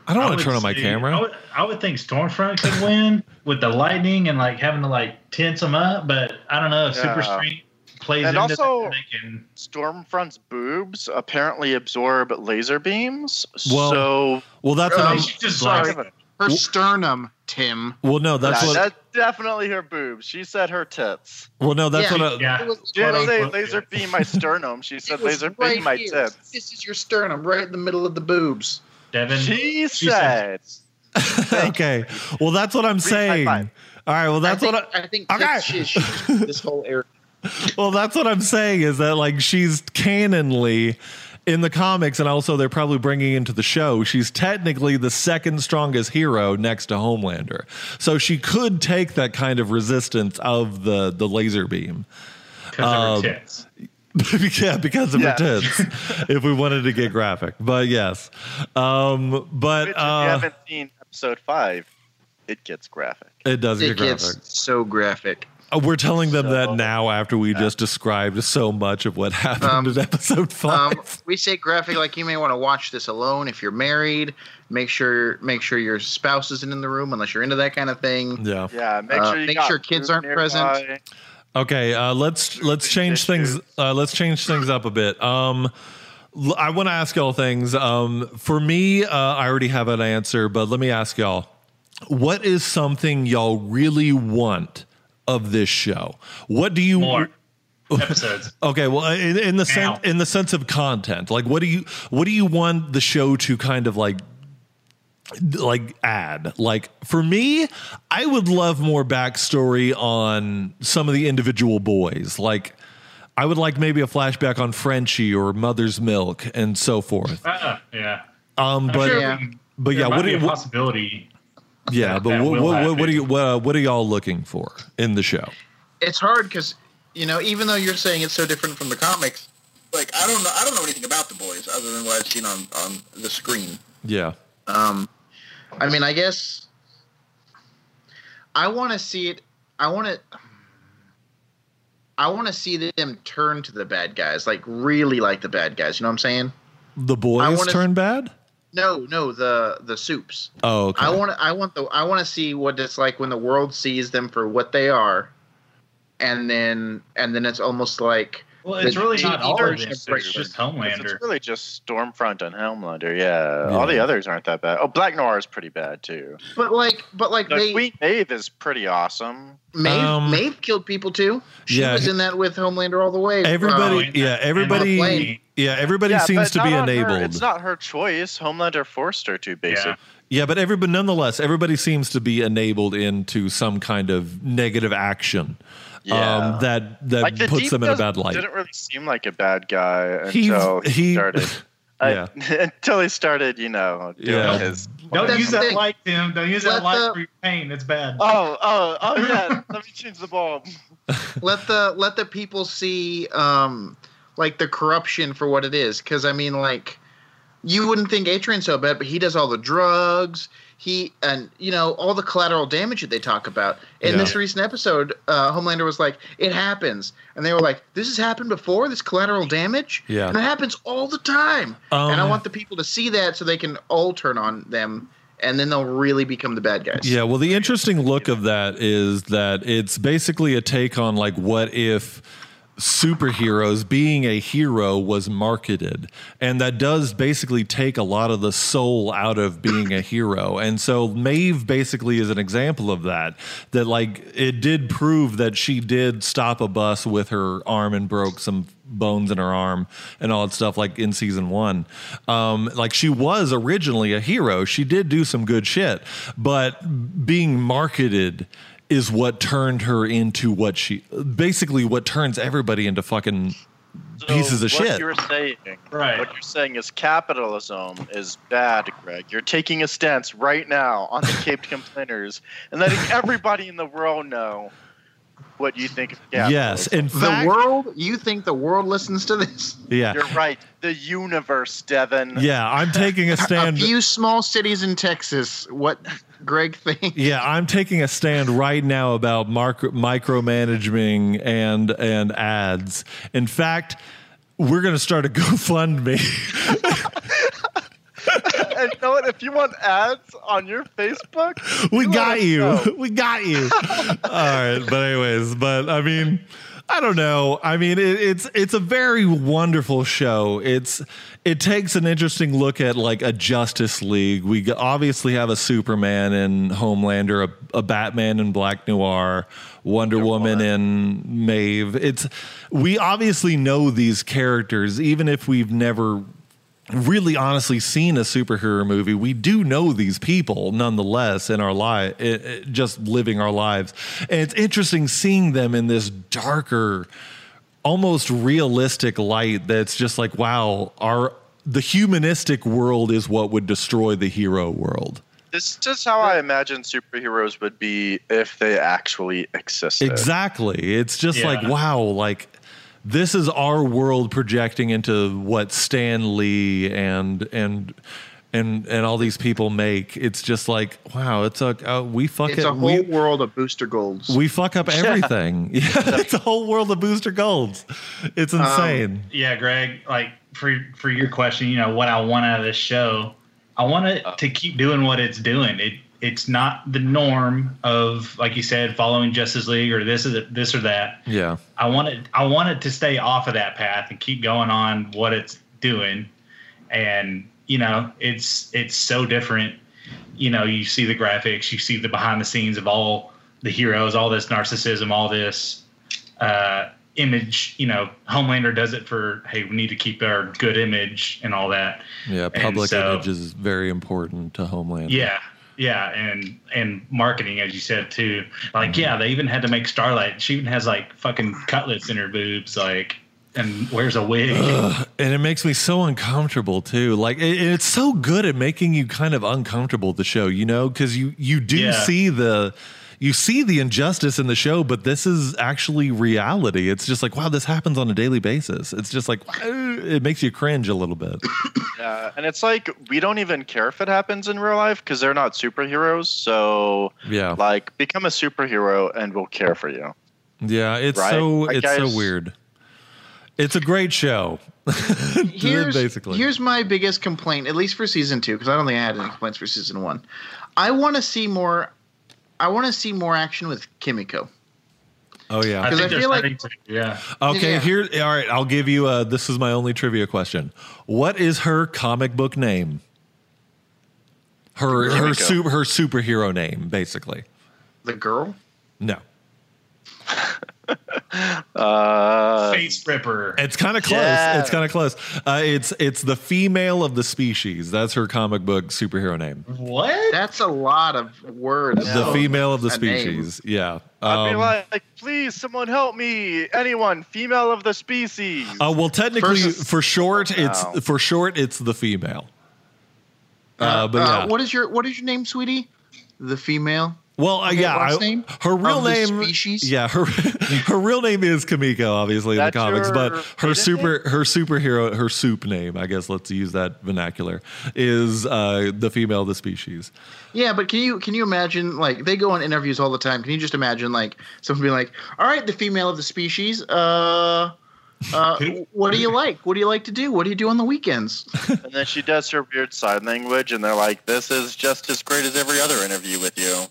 Speaker 4: I don't
Speaker 7: I
Speaker 4: want
Speaker 7: would
Speaker 4: to turn on my
Speaker 7: say-
Speaker 4: camera.
Speaker 7: I would, I would think Stormfront could win with the lightning and like having to like tense them up, but I don't know if Super
Speaker 3: Yeah.
Speaker 7: Strength plays
Speaker 3: And
Speaker 7: into
Speaker 3: also-
Speaker 7: that making.
Speaker 3: Stormfront's boobs apparently absorb laser beams,
Speaker 4: Well,
Speaker 3: so
Speaker 4: Well, that's
Speaker 7: Like,
Speaker 6: Um,
Speaker 7: she just
Speaker 6: sorry.
Speaker 7: like
Speaker 6: Her
Speaker 4: Wh-
Speaker 6: sternum, Tim.
Speaker 4: well, no, that's
Speaker 3: Yeah,
Speaker 4: what.
Speaker 3: that's definitely her boobs. She said her tits.
Speaker 4: well, no, that's
Speaker 6: Yeah.
Speaker 4: what. I,
Speaker 7: yeah.
Speaker 3: She didn't
Speaker 7: Well,
Speaker 3: say
Speaker 7: well,
Speaker 3: laser
Speaker 7: yeah.
Speaker 3: beam my sternum. She said
Speaker 6: It was
Speaker 3: laser
Speaker 6: right
Speaker 3: beam my
Speaker 6: here.
Speaker 3: tits.
Speaker 6: This is your sternum, right in the middle of the boobs.
Speaker 7: Devin.
Speaker 3: She
Speaker 7: she said-
Speaker 3: said.
Speaker 4: okay. Well, that's what I'm saying. All
Speaker 3: high
Speaker 4: right. Well, that's
Speaker 6: I think,
Speaker 4: what. I,
Speaker 6: I, think
Speaker 4: Okay.
Speaker 6: that's his- this whole area.
Speaker 4: well, that's what I'm saying is that like she's canonly in the comics, and also they're probably bringing into the show. She's technically the second strongest hero next to Homelander, so she could take that kind of resistance of the the laser beam. um,
Speaker 7: 'cause of her tits.
Speaker 4: yeah, because of
Speaker 3: Yeah.
Speaker 4: her tits. if we wanted to get graphic, but yes, um, but
Speaker 3: Bitch, if you
Speaker 4: uh,
Speaker 3: haven't seen episode five, it gets graphic.
Speaker 4: it does get
Speaker 6: It
Speaker 4: graphic.
Speaker 6: gets so graphic.
Speaker 4: Uh, We're telling them that
Speaker 3: So-
Speaker 4: now after we just described so much of what happened
Speaker 6: Um,
Speaker 4: in episode
Speaker 6: Um,
Speaker 4: five.
Speaker 6: we say graphic like you may want to watch this alone if you're married. Make sure make sure your spouse isn't in the room unless you're into that kind of thing.
Speaker 4: yeah.
Speaker 3: Yeah, make
Speaker 6: Uh,
Speaker 3: sure you
Speaker 6: make
Speaker 3: got
Speaker 6: sure kids
Speaker 3: food
Speaker 6: aren't present.
Speaker 3: nearby.
Speaker 4: Okay. Uh, let's let's change things. Uh, let's change things up a bit. Um, l- I want to ask y'all things. Um, for me, uh, I already have an answer, but let me ask y'all: What is something y'all really want of this show? What do you
Speaker 7: More episodes.
Speaker 4: Okay, well, uh, in, in the sense
Speaker 7: Now.
Speaker 4: in the sense of content, like what do you what do you want the show to kind of like like add? Like for me, I would love more backstory on some of the individual boys. Like I would like maybe a flashback on Frenchie or Mother's Milk and so forth.
Speaker 7: Uh, yeah.
Speaker 4: Um, but
Speaker 6: sure-
Speaker 7: yeah.
Speaker 4: but yeah, what do you
Speaker 7: a
Speaker 4: what,
Speaker 7: possibility?
Speaker 4: yeah,
Speaker 7: that-
Speaker 4: but
Speaker 7: that
Speaker 4: what what,
Speaker 7: will
Speaker 4: what, what
Speaker 7: happen.
Speaker 4: do you what, uh, what are y'all looking for in the show?
Speaker 6: It's hard because you know even though you're saying it's so different from the comics,
Speaker 5: Like I don't know. I don't know anything about the boys other than what I've seen on on the screen.
Speaker 4: Yeah.
Speaker 6: Um, I mean, I guess I want to see it. I want to. I want to see them turn to the bad guys, like really like the bad guys. You know what I'm saying?
Speaker 4: The boys
Speaker 6: wanna-
Speaker 4: turn bad?
Speaker 6: No, no, the the soups.
Speaker 4: Oh, okay.
Speaker 6: I want I want the I want to see what it's like when the world sees them for what they are, and then and then it's almost like
Speaker 7: Well, it's really
Speaker 6: The
Speaker 7: not all of
Speaker 6: version
Speaker 7: this.
Speaker 6: of
Speaker 7: It's just
Speaker 3: It's, it's
Speaker 7: Homelander.
Speaker 3: really just Stormfront and Helmlander. Yeah. all the
Speaker 4: Yeah.
Speaker 3: others aren't that bad. Oh, Black Noir is pretty bad too.
Speaker 6: but like but like
Speaker 3: The
Speaker 6: they
Speaker 3: Sweet Maeve is pretty awesome.
Speaker 6: Maeve,
Speaker 4: Um,
Speaker 6: Maeve killed people too. She
Speaker 4: yeah.
Speaker 6: was in that with Homelander all the way.
Speaker 4: everybody,
Speaker 6: Um,
Speaker 7: and-
Speaker 4: yeah, everybody,
Speaker 6: and on a plane.
Speaker 4: yeah, everybody
Speaker 3: Yeah,
Speaker 4: seems
Speaker 3: but
Speaker 4: to be
Speaker 3: not on her-
Speaker 4: enabled.
Speaker 3: It's not her choice. Homelander forced her to, basically.
Speaker 7: Yeah.
Speaker 4: yeah, but everybody, nonetheless, everybody seems to be enabled into some kind of negative action.
Speaker 3: Yeah.
Speaker 4: Um, that that
Speaker 3: the
Speaker 4: puts
Speaker 3: Deep
Speaker 4: them in a
Speaker 3: doesn't-
Speaker 4: bad light.
Speaker 3: Didn't really seem like a bad guy
Speaker 4: He-
Speaker 3: until he,
Speaker 4: he-
Speaker 3: started.
Speaker 4: Yeah.
Speaker 3: I- until he started, you know, doing
Speaker 4: Yeah.
Speaker 3: his.
Speaker 7: Don't
Speaker 6: That's
Speaker 7: use
Speaker 6: the
Speaker 7: that
Speaker 6: thing.
Speaker 7: light, Tim. Don't use
Speaker 6: Let
Speaker 7: that light
Speaker 6: the-
Speaker 7: for your pain. It's bad.
Speaker 3: Oh, oh, oh! Yeah, let me change the bulb.
Speaker 6: let the let the people see um like the corruption for what it is because i mean like you wouldn't think Adrian's so bad but he does all the drugs he and you know all the collateral damage that they talk about in
Speaker 4: Yeah.
Speaker 6: this recent episode uh, homelander was like it happens and they were like this has happened before this collateral damage
Speaker 4: Yeah.
Speaker 6: and it happens all the time
Speaker 4: Um,
Speaker 6: and i want the people to see that so they can all turn on them and then they'll really become the bad guys
Speaker 4: Yeah, well, the interesting look of that is that it's basically a take on like what if superheroes being a hero was marketed and that does basically take a lot of the soul out of being a hero and so maeve basically is an example of that that like it did prove that she did stop a bus with her arm and broke some bones in her arm and all that stuff like in season one um like she was originally a hero she did do some good shit but being marketed is what turned her into what she basically what turns everybody into fucking
Speaker 3: So
Speaker 4: Pieces
Speaker 3: what
Speaker 4: of shit.
Speaker 3: You're saying,
Speaker 7: Right.
Speaker 3: What you're saying is capitalism is bad, Greg. You're taking a stance right now on the Caped Complainers and letting everybody in the world know what you think of capitalism.
Speaker 4: yes in
Speaker 6: the
Speaker 4: fact
Speaker 6: world you think the world listens to this
Speaker 4: yeah
Speaker 3: You're right. The universe, Devin.
Speaker 4: yeah i'm taking a stand
Speaker 6: a few small cities in Texas. What Greg thinks?
Speaker 4: yeah i'm taking a stand right now about micro- micromanaging and and ads in fact we're going to start a gofundme
Speaker 3: And you know what? If you want ads on your Facebook,
Speaker 4: we
Speaker 3: let
Speaker 4: got
Speaker 3: us
Speaker 4: you.
Speaker 3: know.
Speaker 4: We got you. All right, but anyways, but I mean, I don't know. I mean, it, it's it's a very wonderful show. It's it takes an interesting look at like a Justice League. We g- obviously have a Superman in Homelander, a, a Batman in Black Noir, Wonder Woman in Maeve. It's we obviously know these characters, even if we've never really honestly seen a superhero movie we do know these people nonetheless in our life just living our lives and it's interesting seeing them in this darker almost realistic light that's just like wow our the humanistic world is what would destroy the hero world
Speaker 3: This is how I imagine superheroes would be if they actually existed.
Speaker 4: Exactly. It's just
Speaker 7: Yeah.
Speaker 4: like, wow, like this is our world projecting into what Stan Lee and and and and all these people make. It's just like, wow, it's a uh, we fuck
Speaker 6: It's
Speaker 4: it.
Speaker 6: a whole
Speaker 4: we,
Speaker 6: world of booster golds.
Speaker 4: we fuck up everything. Yeah, it's a whole world of booster golds. It's
Speaker 6: Um,
Speaker 4: insane.
Speaker 7: yeah, Greg. Like for for your question, you know what I want out of this show. I want it to keep doing what it's doing. It it's not the norm of like you said, following Justice League or this is this or that.
Speaker 4: yeah.
Speaker 7: I want it. I want it to stay off of that path and keep going on what it's doing. And you know, it's it's so different. You know, you see the graphics, you see the behind the scenes of all the heroes, all this narcissism, all this uh, image. You know, Homelander does it for hey, we need to keep our good image and all that.
Speaker 4: Yeah, public
Speaker 7: so-
Speaker 4: image is very important to Homeland.
Speaker 7: Yeah. Yeah, and and marketing, as you said too. Like, yeah, they even had to make Starlight. She even has like fucking cutlets in her boobs, like, and wears a wig.
Speaker 4: and it makes me so uncomfortable too. Like it, it's so good at making you kind of uncomfortable. The show, you know, because you you do
Speaker 7: Yeah.
Speaker 4: see the you see the injustice in the show, but this is actually reality. It's just like, wow, this happens on a daily basis. It's just like, wow, it makes you cringe a little bit.
Speaker 3: Yeah, and it's like we don't even care if it happens in real life because they're not superheroes. So,
Speaker 4: Yeah.
Speaker 3: like, become a superhero and we'll care for you.
Speaker 4: Yeah. It's
Speaker 3: Right?
Speaker 4: so,
Speaker 3: I
Speaker 4: it's
Speaker 3: guess-
Speaker 4: so weird. It's a great show.
Speaker 6: here's,
Speaker 4: basically.
Speaker 6: here's my biggest complaint, at least for season two, because I don't think I had any complaints for season one. I want to see more. I want to see more action with Kimiko.
Speaker 4: oh yeah.
Speaker 7: I
Speaker 6: 'Cause
Speaker 7: think
Speaker 6: I
Speaker 7: they're
Speaker 6: feel like-
Speaker 7: starting to, yeah.
Speaker 4: Okay,
Speaker 6: Yeah.
Speaker 4: here. All right, I'll give you. Uh, this is my only trivia question. What is her comic book name? Her
Speaker 3: Kimiko.
Speaker 4: her su- her superhero name, basically.
Speaker 6: The girl.
Speaker 4: No,
Speaker 3: Uh,
Speaker 7: Face Ripper.
Speaker 4: it's kind of close.
Speaker 3: Yeah.
Speaker 4: It's kind of close. Uh, it's it's the female of the species. That's her comic book superhero name.
Speaker 7: what?
Speaker 6: That's a lot of words.
Speaker 4: The female of the
Speaker 6: That name.
Speaker 4: species. Yeah.
Speaker 3: I'd be
Speaker 4: Um,
Speaker 3: like, like, please, someone help me. Anyone, female of the species.
Speaker 4: uh, well, technically,
Speaker 6: First-
Speaker 4: for short, it's
Speaker 3: Wow.
Speaker 4: for short, it's the female. Uh, but
Speaker 6: Uh,
Speaker 4: yeah.
Speaker 6: What is your What is your name, sweetie? The female.
Speaker 4: Well, uh,
Speaker 6: Okay,
Speaker 4: yeah,
Speaker 6: last
Speaker 4: I-
Speaker 6: name
Speaker 4: her real
Speaker 6: of the
Speaker 4: name,
Speaker 6: species?
Speaker 4: yeah, her her real name is Kamiko, obviously
Speaker 3: That's
Speaker 4: in the comics,
Speaker 3: your
Speaker 4: but her
Speaker 3: maiden
Speaker 4: super her superhero her soup name, I guess, let's use that vernacular, is uh, the female of the species.
Speaker 6: Yeah, but can you can you imagine like they go on interviews all the time? Can you just imagine like someone being like, "All right, the female of the species. Uh, uh, what do you like? What do you like to do? What do you do on the weekends?"
Speaker 3: And then she does her weird sign language, and they're like, this is just as great as every other interview with you.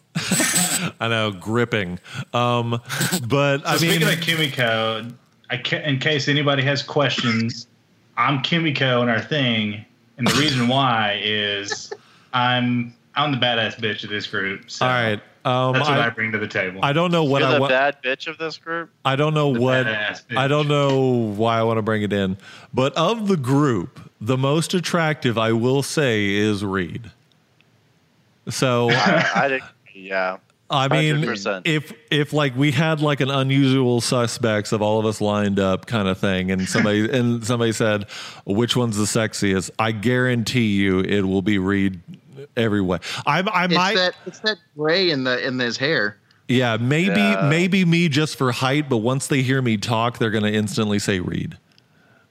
Speaker 4: I know, gripping, um, but
Speaker 7: So
Speaker 4: I mean,
Speaker 7: speaking of Kimiko, I ca- in case anybody has questions, I'm Kimiko in our thing, and the reason why is I'm I'm the badass bitch of this group. So
Speaker 4: all right, um,
Speaker 7: that's what I,
Speaker 4: I,
Speaker 7: bring to the table.
Speaker 4: I don't know what
Speaker 3: You're
Speaker 4: I
Speaker 3: the
Speaker 4: want.
Speaker 3: bad bitch of this group.
Speaker 4: I don't know what
Speaker 7: badass bitch.
Speaker 4: I don't know why I want to bring it in, but of the group, the most attractive I will say is Reed. So
Speaker 3: I, I didn't, yeah.
Speaker 4: I mean,
Speaker 3: 100%.
Speaker 4: if if like we had like an unusual suspects of all of us lined up kind of thing, and somebody and somebody said, "Which one's the sexiest?" I guarantee you, it will be Reed every way. I I
Speaker 6: It's
Speaker 4: might,
Speaker 6: that it's that gray in the in his hair.
Speaker 4: yeah, maybe
Speaker 3: Yeah.
Speaker 4: maybe me just for height, but once they hear me talk, they're gonna instantly say Reed.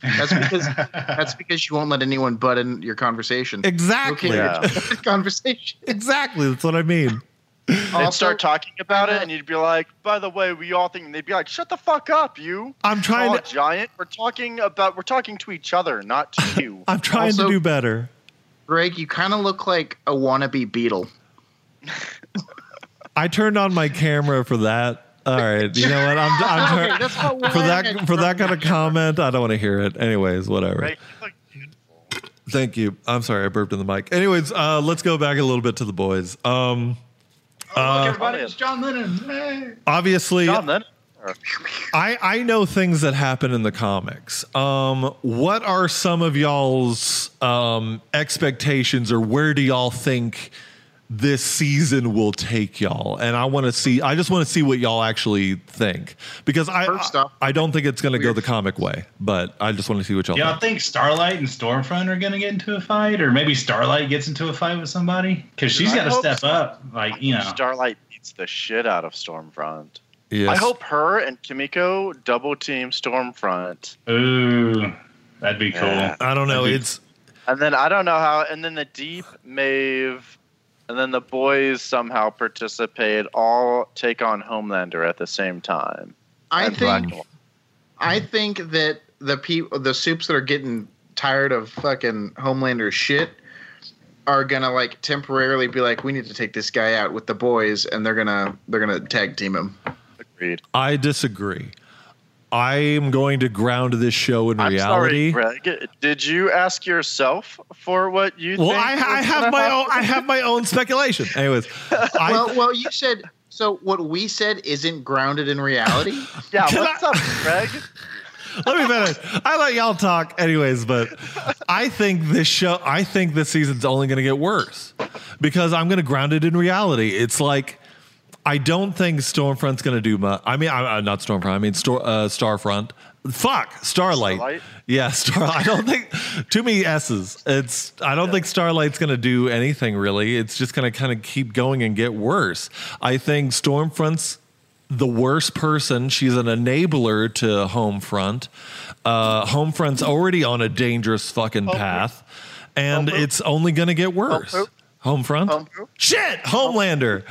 Speaker 6: That's because that's because you won't let anyone butt in your conversation.
Speaker 4: Exactly,
Speaker 6: Okay.
Speaker 3: Yeah.
Speaker 6: conversation.
Speaker 4: exactly. That's what I mean.
Speaker 3: They'd
Speaker 6: Also-
Speaker 3: start talking about it, and you'd be like, by the way, we all think, and they'd be like, shut the fuck up, you.
Speaker 4: I'm trying
Speaker 3: tall
Speaker 4: to.
Speaker 3: giant. We're talking about, we're talking to each other, not to you.
Speaker 4: I'm trying
Speaker 6: Also-
Speaker 4: to do better.
Speaker 6: Greg, you kind of look like a wannabe beetle.
Speaker 4: I turned on my camera for that. All right, you know what? I'm I'm turn-
Speaker 6: Okay, that's what we're
Speaker 4: for
Speaker 6: looking
Speaker 4: that
Speaker 6: at.
Speaker 4: for that kind of comment. I don't want to hear it. Anyways, whatever.
Speaker 3: right? Like, beautiful.
Speaker 4: Thank you. I'm sorry I burped in the mic. Anyways, uh, let's go back a little bit to the boys. Um,
Speaker 3: everybody, it's
Speaker 7: John Lennon.
Speaker 4: obviously,
Speaker 3: John, then.
Speaker 4: I I know things that happen in the comics. Um, what are some of y'all's um, expectations, or where do y'all think this season will take y'all? And I want to see. I just want to see what y'all actually think because I
Speaker 6: First off-
Speaker 4: I, don't think it's going to go the comic way, but I just want to see what y'all.
Speaker 7: Y'all
Speaker 4: think.
Speaker 7: think Starlight and Stormfront are gonna get into a fight, or maybe Starlight gets into a fight with somebody because she's
Speaker 3: I
Speaker 7: got to
Speaker 3: hope
Speaker 7: step
Speaker 3: so.
Speaker 7: up. Like you know,
Speaker 3: Starlight beats the shit out of Stormfront.
Speaker 4: Yes.
Speaker 3: I hope her and Kimiko double team Stormfront.
Speaker 7: ooh, that'd be cool.
Speaker 3: Yeah.
Speaker 4: I don't know.
Speaker 7: Maybe.
Speaker 4: It's
Speaker 3: And then I don't know how, and then the Deep, Mave, and then the boys somehow participate, all take on Homelander at the same time.
Speaker 6: I
Speaker 3: And
Speaker 6: think
Speaker 3: Black-
Speaker 6: I think that the people, the soups that are getting tired of fucking Homelander's shit, are gonna like temporarily be like, we need to take this guy out with the boys, and they're gonna they're gonna tag team him.
Speaker 3: agreed.
Speaker 4: I disagree. I am going to ground this show in reality.
Speaker 3: I'm sorry, Greg. Did you ask yourself for what you
Speaker 4: well,
Speaker 3: think?
Speaker 4: I, I
Speaker 3: was
Speaker 4: have
Speaker 3: gonna
Speaker 4: my
Speaker 3: happen?
Speaker 4: own. I have my own speculation. Anyways, I,
Speaker 6: well, well, you said so. What we said isn't grounded in reality.
Speaker 3: Yeah,
Speaker 4: Can
Speaker 3: what's
Speaker 4: I-
Speaker 3: up, Greg?
Speaker 4: let me finish. I let y'all talk. Anyways, but I think this show. I think this season's only going to get worse because I'm going to ground it in reality. It's like I don't think Stormfront's going to do much. I mean, I, I, not Stormfront. I mean, Stor, uh, Starfront. Fuck Starlight.
Speaker 3: Starlight?
Speaker 4: Yeah, Star. I don't think too many S's. It's. I don't think Starlight's going to do anything really. It's just going to kind of keep going and get worse. I think Stormfront's the worst person. She's an enabler to Homefront. Uh, Homefront's already on a dangerous fucking path, and
Speaker 3: Homefront.
Speaker 4: it's only going to get worse.
Speaker 3: Homefront.
Speaker 4: Homefront.
Speaker 3: Homefront.
Speaker 4: Shit, Homelander.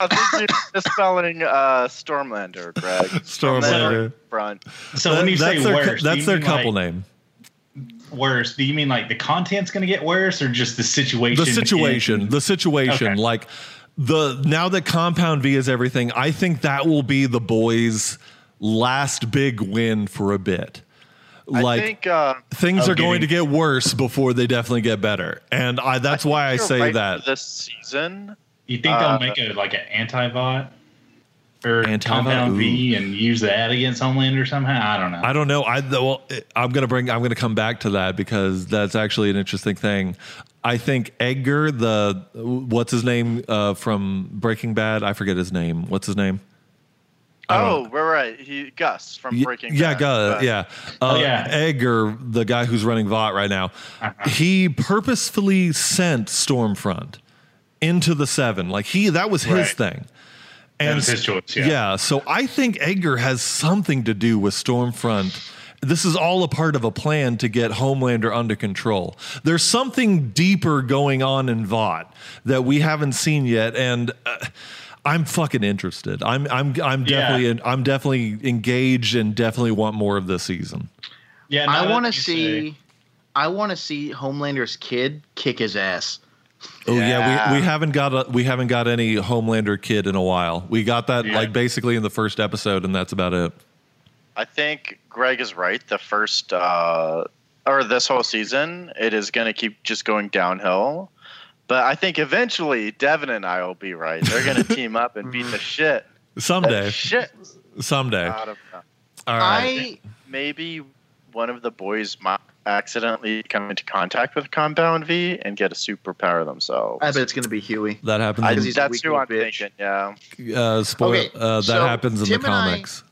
Speaker 3: I think you're misspelling uh, Stormlander, Greg.
Speaker 4: Stormlander.
Speaker 3: Front.
Speaker 7: So when you
Speaker 4: that's
Speaker 7: say
Speaker 4: their,
Speaker 7: worse, do
Speaker 4: that's
Speaker 7: you
Speaker 4: their
Speaker 7: mean,
Speaker 4: couple
Speaker 7: like,
Speaker 4: name.
Speaker 7: Worse? Do you mean like the content's going to get worse, or just the situation?
Speaker 4: The situation.
Speaker 7: in-
Speaker 4: the situation.
Speaker 7: Okay.
Speaker 4: Like the now that Compound V is everything, I think that will be the boys' last big win for a bit. Like
Speaker 3: I think uh,
Speaker 4: things
Speaker 7: Oh,
Speaker 4: are going to
Speaker 7: getting-
Speaker 4: get worse before they definitely get better, and I that's why I
Speaker 3: you're
Speaker 4: say
Speaker 3: right
Speaker 4: that.
Speaker 3: for this season.
Speaker 7: you think
Speaker 3: Uh,
Speaker 7: they'll make a like an anti-bot or
Speaker 4: Antivot?
Speaker 7: compound V and use that against Homelander somehow? I don't know.
Speaker 4: I don't know. I well, I'm gonna bring. I'm gonna come back to that because that's actually an interesting thing. I think Edgar, the what's his name uh, from Breaking Bad? I forget his name. What's his name?
Speaker 3: Oh, we're right. He Gus from Breaking
Speaker 4: yeah,
Speaker 3: Bad.
Speaker 4: Gus,
Speaker 3: But
Speaker 4: yeah. Uh,
Speaker 7: Oh, yeah.
Speaker 4: Edgar, the guy who's running Vought right now,
Speaker 7: Uh-huh.
Speaker 4: he purposefully sent Stormfront into the seven. Like he, that was his
Speaker 7: Right.
Speaker 4: thing.
Speaker 7: was his choice, yeah.
Speaker 4: So I think Edgar has something to do with Stormfront. This is all a part of a plan to get Homelander under control. There's something deeper going on in Vought that we haven't seen yet, and uh, I'm fucking interested. I'm I'm I'm
Speaker 7: Yeah.
Speaker 4: definitely and I'm definitely engaged and definitely want more of this season.
Speaker 7: yeah, now
Speaker 6: I
Speaker 7: that
Speaker 6: want
Speaker 7: you
Speaker 6: to
Speaker 7: say-
Speaker 6: see. I want to see Homelander's kid kick his ass.
Speaker 4: Oh yeah, we,
Speaker 3: Yeah.
Speaker 4: we haven't got a, we haven't got any Homelander kid in a while. We got that
Speaker 7: Yeah.
Speaker 4: like basically in the first episode, and that's about it.
Speaker 3: I think Greg is right. The first uh, or this whole season, it is going to keep just going downhill. But I think eventually Devin and I will be right. They're going to team up and beat the shit, the
Speaker 4: Someday,
Speaker 3: shit
Speaker 4: someday.
Speaker 3: out of them.
Speaker 4: All right,
Speaker 3: Maybe one of the boys might accidentally come into contact with Compound V and get a superpower themselves.
Speaker 6: I I bet it's gonna be Huey.
Speaker 4: that happens.
Speaker 6: I
Speaker 4: in-
Speaker 6: just- he's a
Speaker 3: That's
Speaker 6: weak
Speaker 3: who
Speaker 6: little
Speaker 3: I'm
Speaker 6: bitch.
Speaker 3: thinking. Yeah.
Speaker 4: uh, spoil,
Speaker 6: Okay,
Speaker 4: uh, that
Speaker 6: so
Speaker 4: happens in the
Speaker 6: Tim and I-
Speaker 4: comics.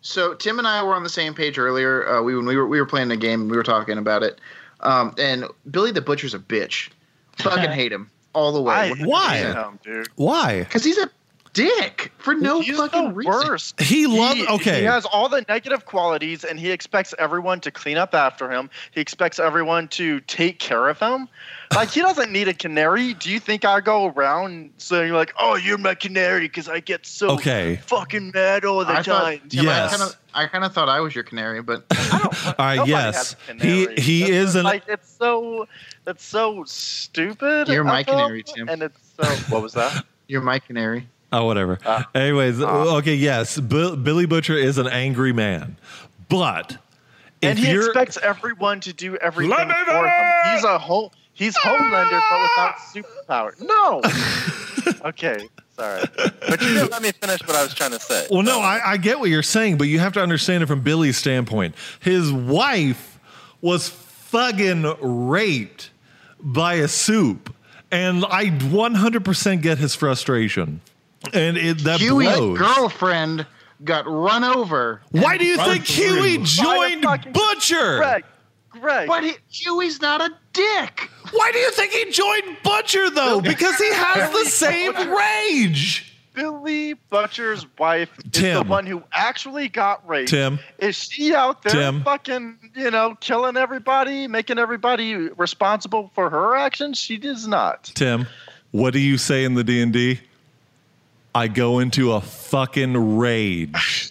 Speaker 6: So Tim and I were on the same page earlier. Uh, we when we were we were playing a game and we were talking about it. Um, and Billy the Butcher's a bitch. Fucking hate him all the way.
Speaker 3: I-
Speaker 4: Why?
Speaker 3: Damn, dude.
Speaker 4: Why?
Speaker 6: Because he's a dick for no
Speaker 3: He's
Speaker 6: fucking
Speaker 3: the
Speaker 6: reason.
Speaker 3: worst.
Speaker 4: He loves. Okay,
Speaker 3: He has all the negative qualities, and he expects everyone to clean up after him. He expects everyone to take care of him. Like he doesn't need a canary. Do you think I go around saying like, "Oh, you're my canary," because I get so
Speaker 4: okay.
Speaker 3: fucking mad all the
Speaker 6: I
Speaker 3: time.
Speaker 6: thought, Tim,
Speaker 4: Yes.
Speaker 6: I kind of I kind of thought I was your canary, but
Speaker 4: All right.
Speaker 3: Nobody
Speaker 4: Uh, Yes,
Speaker 3: has a
Speaker 4: he
Speaker 3: canary.
Speaker 4: he
Speaker 3: That's
Speaker 4: is an
Speaker 3: like it's so that's so stupid.
Speaker 6: You're my
Speaker 3: I feel,
Speaker 6: canary, Tim.
Speaker 3: And it's so what was that?
Speaker 6: you're my canary.
Speaker 4: Oh, whatever.
Speaker 3: Uh,
Speaker 4: Anyways, okay, yes, Bill, Billy Butcher is an angry man, but if
Speaker 3: and he
Speaker 4: you're
Speaker 3: expects everyone to do everything
Speaker 4: Let me Ah!
Speaker 3: for
Speaker 4: vote!
Speaker 3: him. He's a whole he's Homelander but without superpower. No. okay, sorry, but you didn't let me finish what I was trying to say.
Speaker 4: well, no, I, I get what you're saying, but you have to understand it from Billy's standpoint. His wife was fucking raped by a soup, and I 100% get his frustration, and it that
Speaker 6: Huey's
Speaker 4: blows.
Speaker 6: girlfriend got run over,
Speaker 4: Why do you think
Speaker 7: through.
Speaker 4: Huey joined
Speaker 3: fucking-
Speaker 4: Butcher?
Speaker 3: Greg, Greg,
Speaker 6: but he, Huey's not a dick.
Speaker 4: Why do you think he joined Butcher though? Because he has the same rage.
Speaker 3: Billy Butcher's wife is the
Speaker 4: Tim.
Speaker 3: one who actually got raped.
Speaker 4: Tim.
Speaker 3: Is she out there
Speaker 4: Tim.
Speaker 3: fucking, you know, killing everybody, making everybody responsible for her actions? She does not.
Speaker 4: Tim, what do you say in the D and D? I go into a fucking rage.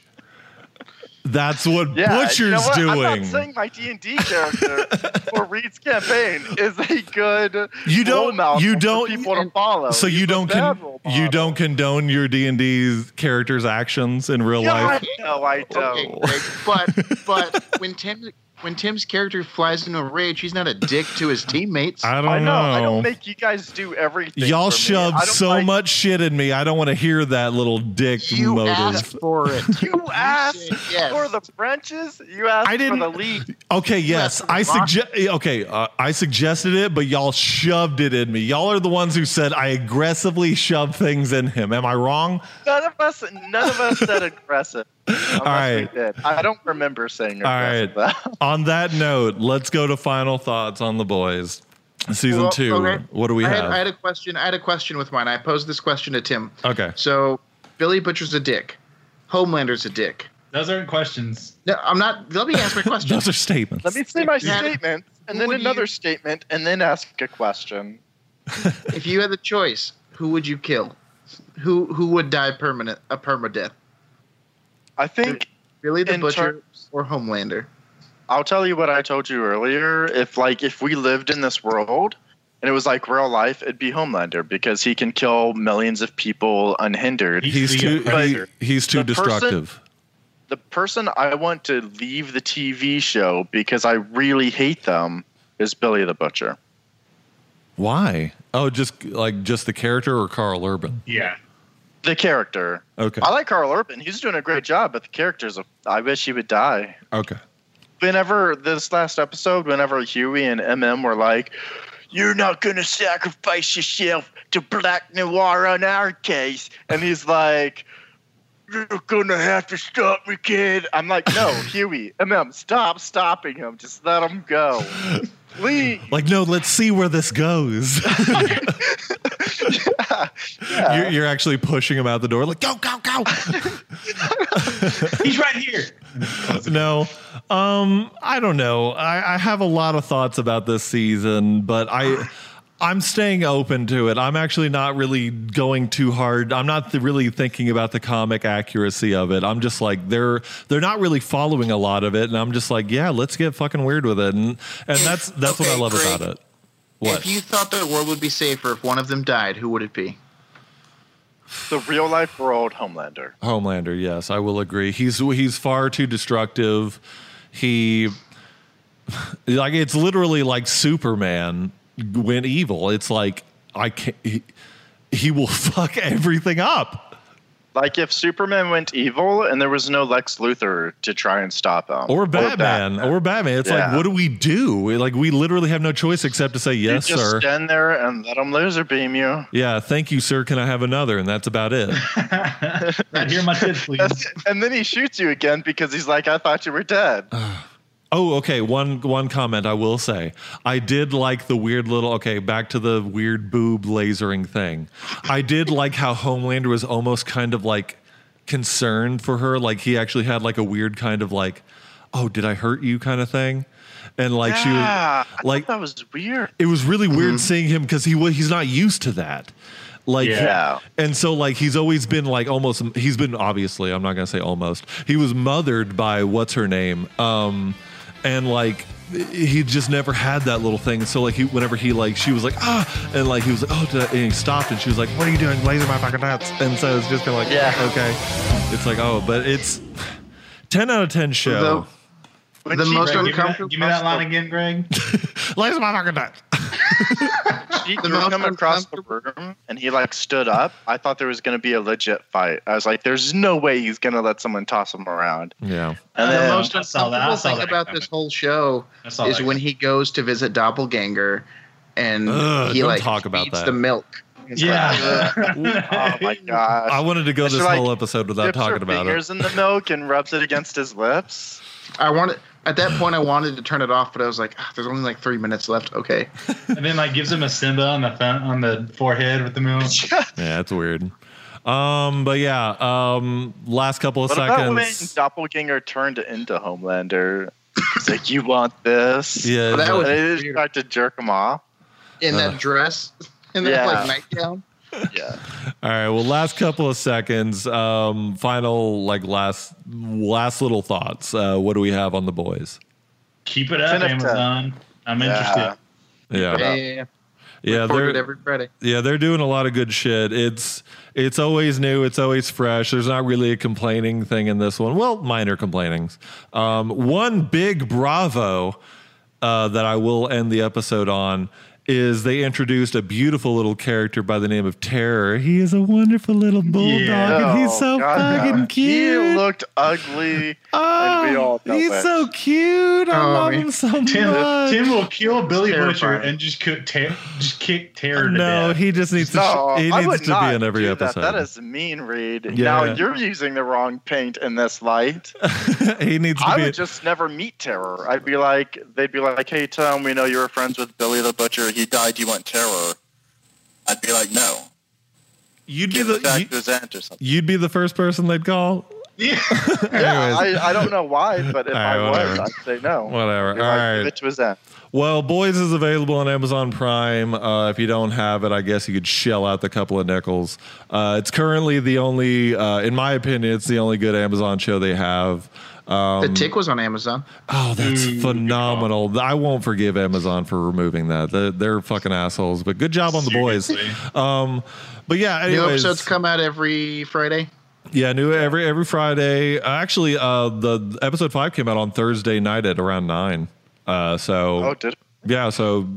Speaker 4: That's what
Speaker 3: Yeah,
Speaker 4: Butcher's
Speaker 3: you know what? I'm
Speaker 4: doing.
Speaker 3: not saying my D and D character for Reed's campaign is a good
Speaker 4: You don't-
Speaker 3: role model
Speaker 4: you
Speaker 3: for
Speaker 4: don't-
Speaker 3: people to follow.
Speaker 4: so
Speaker 3: He's
Speaker 4: you
Speaker 3: a
Speaker 4: don't
Speaker 3: bad
Speaker 4: con-
Speaker 3: role
Speaker 4: you
Speaker 3: model.
Speaker 4: don't condone your D and D character's actions in real
Speaker 3: Yeah,
Speaker 4: life.
Speaker 3: I know I don't.
Speaker 6: Okay, Greg, but but when Tim when Tim's character flies into a rage, he's not a dick to his teammates.
Speaker 4: I don't
Speaker 3: I know.
Speaker 4: know.
Speaker 3: I don't make you guys do everything.
Speaker 4: Y'all
Speaker 3: for me.
Speaker 4: shoved
Speaker 3: I don't
Speaker 4: so
Speaker 3: like-
Speaker 4: much shit in me. I don't want to hear that little dick
Speaker 6: you
Speaker 4: motive.
Speaker 6: asked for it.
Speaker 3: You asked
Speaker 6: said yes.
Speaker 3: for the branches. You asked
Speaker 4: I didn't-
Speaker 3: for the league.
Speaker 4: Okay, yes,
Speaker 6: Less
Speaker 4: I
Speaker 6: rock-
Speaker 4: suggest. Okay, uh, I suggested it, but y'all shoved it in me. Y'all are the ones who said I aggressively shove things in him. Am I wrong?
Speaker 3: None of us, none of us said aggressive. Unless
Speaker 4: right.
Speaker 3: we did. I don't remember saying
Speaker 4: All
Speaker 3: aggressive.
Speaker 4: right. On that note, let's go to final thoughts on the boys, season
Speaker 6: Well,
Speaker 4: two.
Speaker 6: okay.
Speaker 4: What do we
Speaker 6: I had,
Speaker 4: have?
Speaker 6: I had a question. I had a question with mine. I posed this question to Tim.
Speaker 4: okay.
Speaker 6: So, Billy Butcher's a dick. Homelander's a dick.
Speaker 7: Those aren't questions.
Speaker 6: No, I'm not. Let me ask my question.
Speaker 4: Those are statements.
Speaker 3: Let me say my
Speaker 6: Yeah.
Speaker 3: statement, and then
Speaker 6: Would you-
Speaker 3: another statement, and then ask a question.
Speaker 6: if you had the choice, who would you kill? Who who would die permanent a permadeath?
Speaker 3: I think
Speaker 6: Billy the
Speaker 3: In
Speaker 6: Butcher or Homelander?
Speaker 3: I'll tell you what I told you earlier. If like if we lived in this world and it was like real life, it'd be Homelander because he can kill millions of people unhindered.
Speaker 4: he's
Speaker 7: the
Speaker 4: too. He,
Speaker 3: oppressor.
Speaker 4: he's too
Speaker 3: The person-
Speaker 4: destructive.
Speaker 3: the person I want to leave the TV show because I really hate them is Billy the Butcher.
Speaker 4: Why? Oh, just like just the character or Carl Urban?
Speaker 7: Yeah.
Speaker 3: The character.
Speaker 4: Okay.
Speaker 3: I like Carl Urban. He's doing a great job, but the character's a, I wish he would die.
Speaker 4: Okay.
Speaker 3: whenever this last episode, whenever Huey and MM were like, "You're not gonna sacrifice yourself to Black Noir on our case," and he's like, "You're gonna have to stop me, kid." I'm like, "No, Huey, MM, stop stopping him. Just let him go, please."
Speaker 4: Like, no, let's see where this goes. You're, you're actually pushing him out the door, like, go, go, go.
Speaker 7: He's right here.
Speaker 4: no, um, I don't know. I, I have a lot of thoughts about this season, but I. I'm staying open to it. I'm actually not really going too hard. I'm not th- really thinking about the comic accuracy of it. I'm just like they're they're not really following a lot of it, and I'm just like, yeah, let's get fucking weird with it, and and that's that's what I
Speaker 6: Okay,
Speaker 4: love
Speaker 6: Greg.
Speaker 4: about it. What?
Speaker 6: If you thought the world would be safer if one of them died, who would it be?
Speaker 3: The real life world Homelander.
Speaker 4: Homelander, yes, I will agree. He's he's far too destructive. He like it's literally like Superman went evil. It's like I can not he, he will fuck everything up.
Speaker 3: Like if Superman went evil and there was no Lex Luthor to try and stop him,
Speaker 4: Or Batman, or Batman. It's like
Speaker 3: Yeah.
Speaker 4: what do we do? We- Like we literally have no choice except to say
Speaker 3: You
Speaker 4: yes,
Speaker 3: just
Speaker 4: sir.
Speaker 3: stand there and let him laser beam you.
Speaker 4: yeah, thank you, sir. Can I have another? And that's about it.
Speaker 7: right here, my kid, please.
Speaker 3: That's- and then he shoots you again because he's like, I thought you were dead.
Speaker 4: Oh, okay. One one comment I will say. I did like the weird little okay, back to the weird boob lasering thing. I did like how Homelander was almost kind of like concerned for her. Like he actually had like a weird kind of like, oh, did I hurt you kind of thing? And like
Speaker 3: Yeah,
Speaker 4: she was like
Speaker 3: that was weird.
Speaker 4: it was really weird
Speaker 3: Mm-hmm.
Speaker 4: seeing him because he wa- he's not used to that. Like,
Speaker 3: Yeah.
Speaker 4: and so like he's always been like almost. He's been obviously. I'm not gonna say almost. He was mothered by what's her name. Um, and like he just never had that little thing. So like he, whenever he like she was like ah, and like he was like oh, did I, and he stopped and she was like what are you doing, laser my fucking nuts. And so it's just been like
Speaker 3: Yeah.
Speaker 4: okay. It's like oh, but it's ten out of ten show.
Speaker 6: Though-
Speaker 3: When
Speaker 6: The
Speaker 3: she,
Speaker 6: most
Speaker 7: Greg, give, me that,
Speaker 6: uncomfortable-
Speaker 7: give me that line again, Greg.
Speaker 4: laser my fucking nuts.
Speaker 3: she
Speaker 6: the
Speaker 3: threw
Speaker 6: most
Speaker 3: him across the room and he like stood up, I thought there was going to be a legit fight. I was like, there's no way he's going to let someone toss him around.
Speaker 4: Yeah.
Speaker 3: And
Speaker 6: the
Speaker 3: then,
Speaker 6: most
Speaker 7: Uh, I saw that. I
Speaker 6: uncomfortable
Speaker 7: saw
Speaker 6: thing
Speaker 7: that
Speaker 6: about
Speaker 7: coming.
Speaker 6: this whole show
Speaker 7: I saw
Speaker 6: is
Speaker 7: that.
Speaker 6: when he goes to visit Doppelganger, and
Speaker 4: Ugh,
Speaker 6: he
Speaker 4: don't
Speaker 6: like
Speaker 4: talk about
Speaker 6: feeds
Speaker 4: that.
Speaker 6: the milk. It's
Speaker 7: Yeah.
Speaker 3: oh my gosh.
Speaker 4: I wanted to go
Speaker 3: It's
Speaker 4: this
Speaker 3: like
Speaker 4: whole episode without
Speaker 3: Dips
Speaker 4: talking
Speaker 3: her
Speaker 4: about it.
Speaker 3: fingers in the milk and rubs it against his lips.
Speaker 6: like- I wanted at that point I wanted to turn it off, but I was like, "Ah, there's only like three minutes left. Okay,
Speaker 7: and then like gives him a Simba on the thumb, on the forehead with the moon.
Speaker 4: Yeah, that's weird. Um, but yeah, um, last couple of
Speaker 3: What about when
Speaker 4: seconds.
Speaker 3: Doppelganger turned into Homelander? He's like, you want this?
Speaker 4: Yeah,
Speaker 6: That
Speaker 4: but-
Speaker 3: And
Speaker 6: was-
Speaker 3: they just tried to jerk him off.
Speaker 6: in
Speaker 4: Ugh.
Speaker 6: that dress, in that
Speaker 3: Yeah.
Speaker 6: like nightgown."
Speaker 3: Yeah.
Speaker 4: all right. Well, last couple of seconds. Um, final, like last, last little thoughts. Uh, what do we have on the boys?
Speaker 7: Keep it up,
Speaker 3: Ten of ten.
Speaker 7: Amazon. I'm
Speaker 3: Yeah.
Speaker 7: interested.
Speaker 4: Yeah,
Speaker 6: Yeah.
Speaker 4: yeah,
Speaker 6: Recorded
Speaker 4: they're
Speaker 6: every Friday.
Speaker 4: yeah, they're doing a lot of good shit. It's it's always new, it's always fresh. There's not really a complaining thing in this one. Well, minor complainings. Um, one big bravo uh, that I will end the episode on is they introduced a beautiful little character by the name of Terror. He is a wonderful little bulldog, and he's so fucking cute.
Speaker 3: Oh,
Speaker 4: Oh,
Speaker 3: He looked ugly. and we all know
Speaker 4: he's
Speaker 3: it.
Speaker 4: so cute. I
Speaker 6: Oh,
Speaker 4: love
Speaker 6: man.
Speaker 4: him so
Speaker 7: Tim,
Speaker 4: much.
Speaker 7: Tim will kill Billy Butcher
Speaker 6: Terrifying.
Speaker 7: and just cook ter- just kick terror to
Speaker 4: no,
Speaker 7: death.
Speaker 4: he just needs to.
Speaker 3: No,
Speaker 4: sh- he
Speaker 3: I would
Speaker 4: needs to
Speaker 3: not
Speaker 4: be in every
Speaker 3: do that.
Speaker 4: episode.
Speaker 3: That is mean, Reed. Now
Speaker 4: Yeah.
Speaker 3: you're using the wrong paint in this light.
Speaker 4: he needs to
Speaker 3: I
Speaker 4: be.
Speaker 3: would just never meet Terror. I'd be like, they'd be like, "Hey Tom, we know you were friends with Billy the Butcher. He
Speaker 5: He died. Do you want terror? I'd be like, no.
Speaker 4: you'd be
Speaker 5: Give it back
Speaker 4: the.
Speaker 5: to his aunt or something.
Speaker 4: You, would be the first person they'd call.
Speaker 7: Yeah.
Speaker 3: Yeah,
Speaker 4: Anyways.
Speaker 3: I, I don't know why, but if
Speaker 4: All
Speaker 3: I
Speaker 4: right,
Speaker 3: was,
Speaker 4: whatever.
Speaker 3: I'd say no.
Speaker 4: Whatever. All
Speaker 3: If I
Speaker 4: right.
Speaker 3: Give it to his aunt.
Speaker 4: Well, Boys is available on Amazon Prime. Uh, if you don't have it, I guess you could shell out the couple of nickels. Uh, it's currently the only, uh, in my opinion, it's the only good Amazon show they have. Um,
Speaker 6: The Tick was on Amazon.
Speaker 4: Oh, that's
Speaker 7: Ooh, good call.
Speaker 4: phenomenal. I won't forgive Amazon for removing that. They're, they're fucking assholes, but good job on the boys.
Speaker 7: Seriously.
Speaker 4: Um, but yeah,
Speaker 6: New
Speaker 4: anyways,
Speaker 6: episodes come out every Friday.
Speaker 4: yeah, new every every Friday. Uh, actually, uh, the episode five came out on Thursday night at around nine. Uh, so
Speaker 3: Oh, did
Speaker 4: yeah, so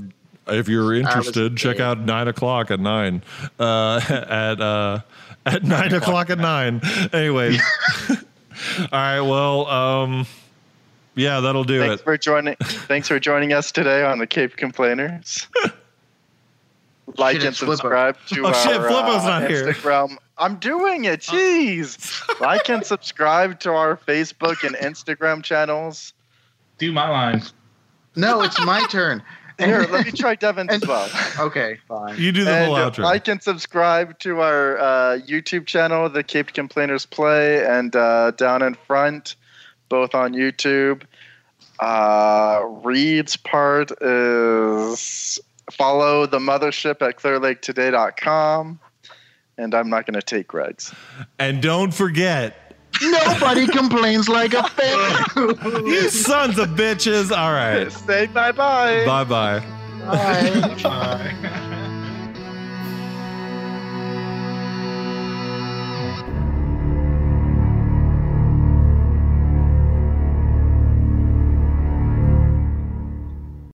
Speaker 4: if you're interested, check
Speaker 6: there.
Speaker 4: out nine o'clock at nine. Uh, at uh, at nine o'clock at nine. Anyways, all right. Well, um, yeah, that'll do
Speaker 3: thanks
Speaker 4: it.
Speaker 3: for joining. thanks for joining us today on the Cape Complainers. like
Speaker 6: Shit,
Speaker 3: and
Speaker 6: it's Flippo.
Speaker 3: subscribe to
Speaker 4: Oh,
Speaker 3: our
Speaker 4: shit, Flippo's
Speaker 3: uh,
Speaker 4: not here. Oh.
Speaker 3: Instagram. I'm doing it. Jeez. like and subscribe to our Facebook and Instagram channels.
Speaker 7: Do my line.
Speaker 6: No, it's my turn.
Speaker 3: Here, let me try Devin's
Speaker 6: And-
Speaker 3: as well.
Speaker 6: Okay, fine.
Speaker 4: You do the whole
Speaker 3: And
Speaker 4: outro.
Speaker 3: like and subscribe to our uh, YouTube channel, The Caped Complainers Play, and uh, Down in Front, both on YouTube. Uh, Reed's part is follow the mothership at clearlaketoday.com. And I'm not going to take Greg's.
Speaker 4: and don't forget.
Speaker 6: Nobody complains like a fan.
Speaker 4: You sons of bitches. All right.
Speaker 3: Say bye bye.
Speaker 4: Bye bye.
Speaker 6: Bye.
Speaker 7: Bye.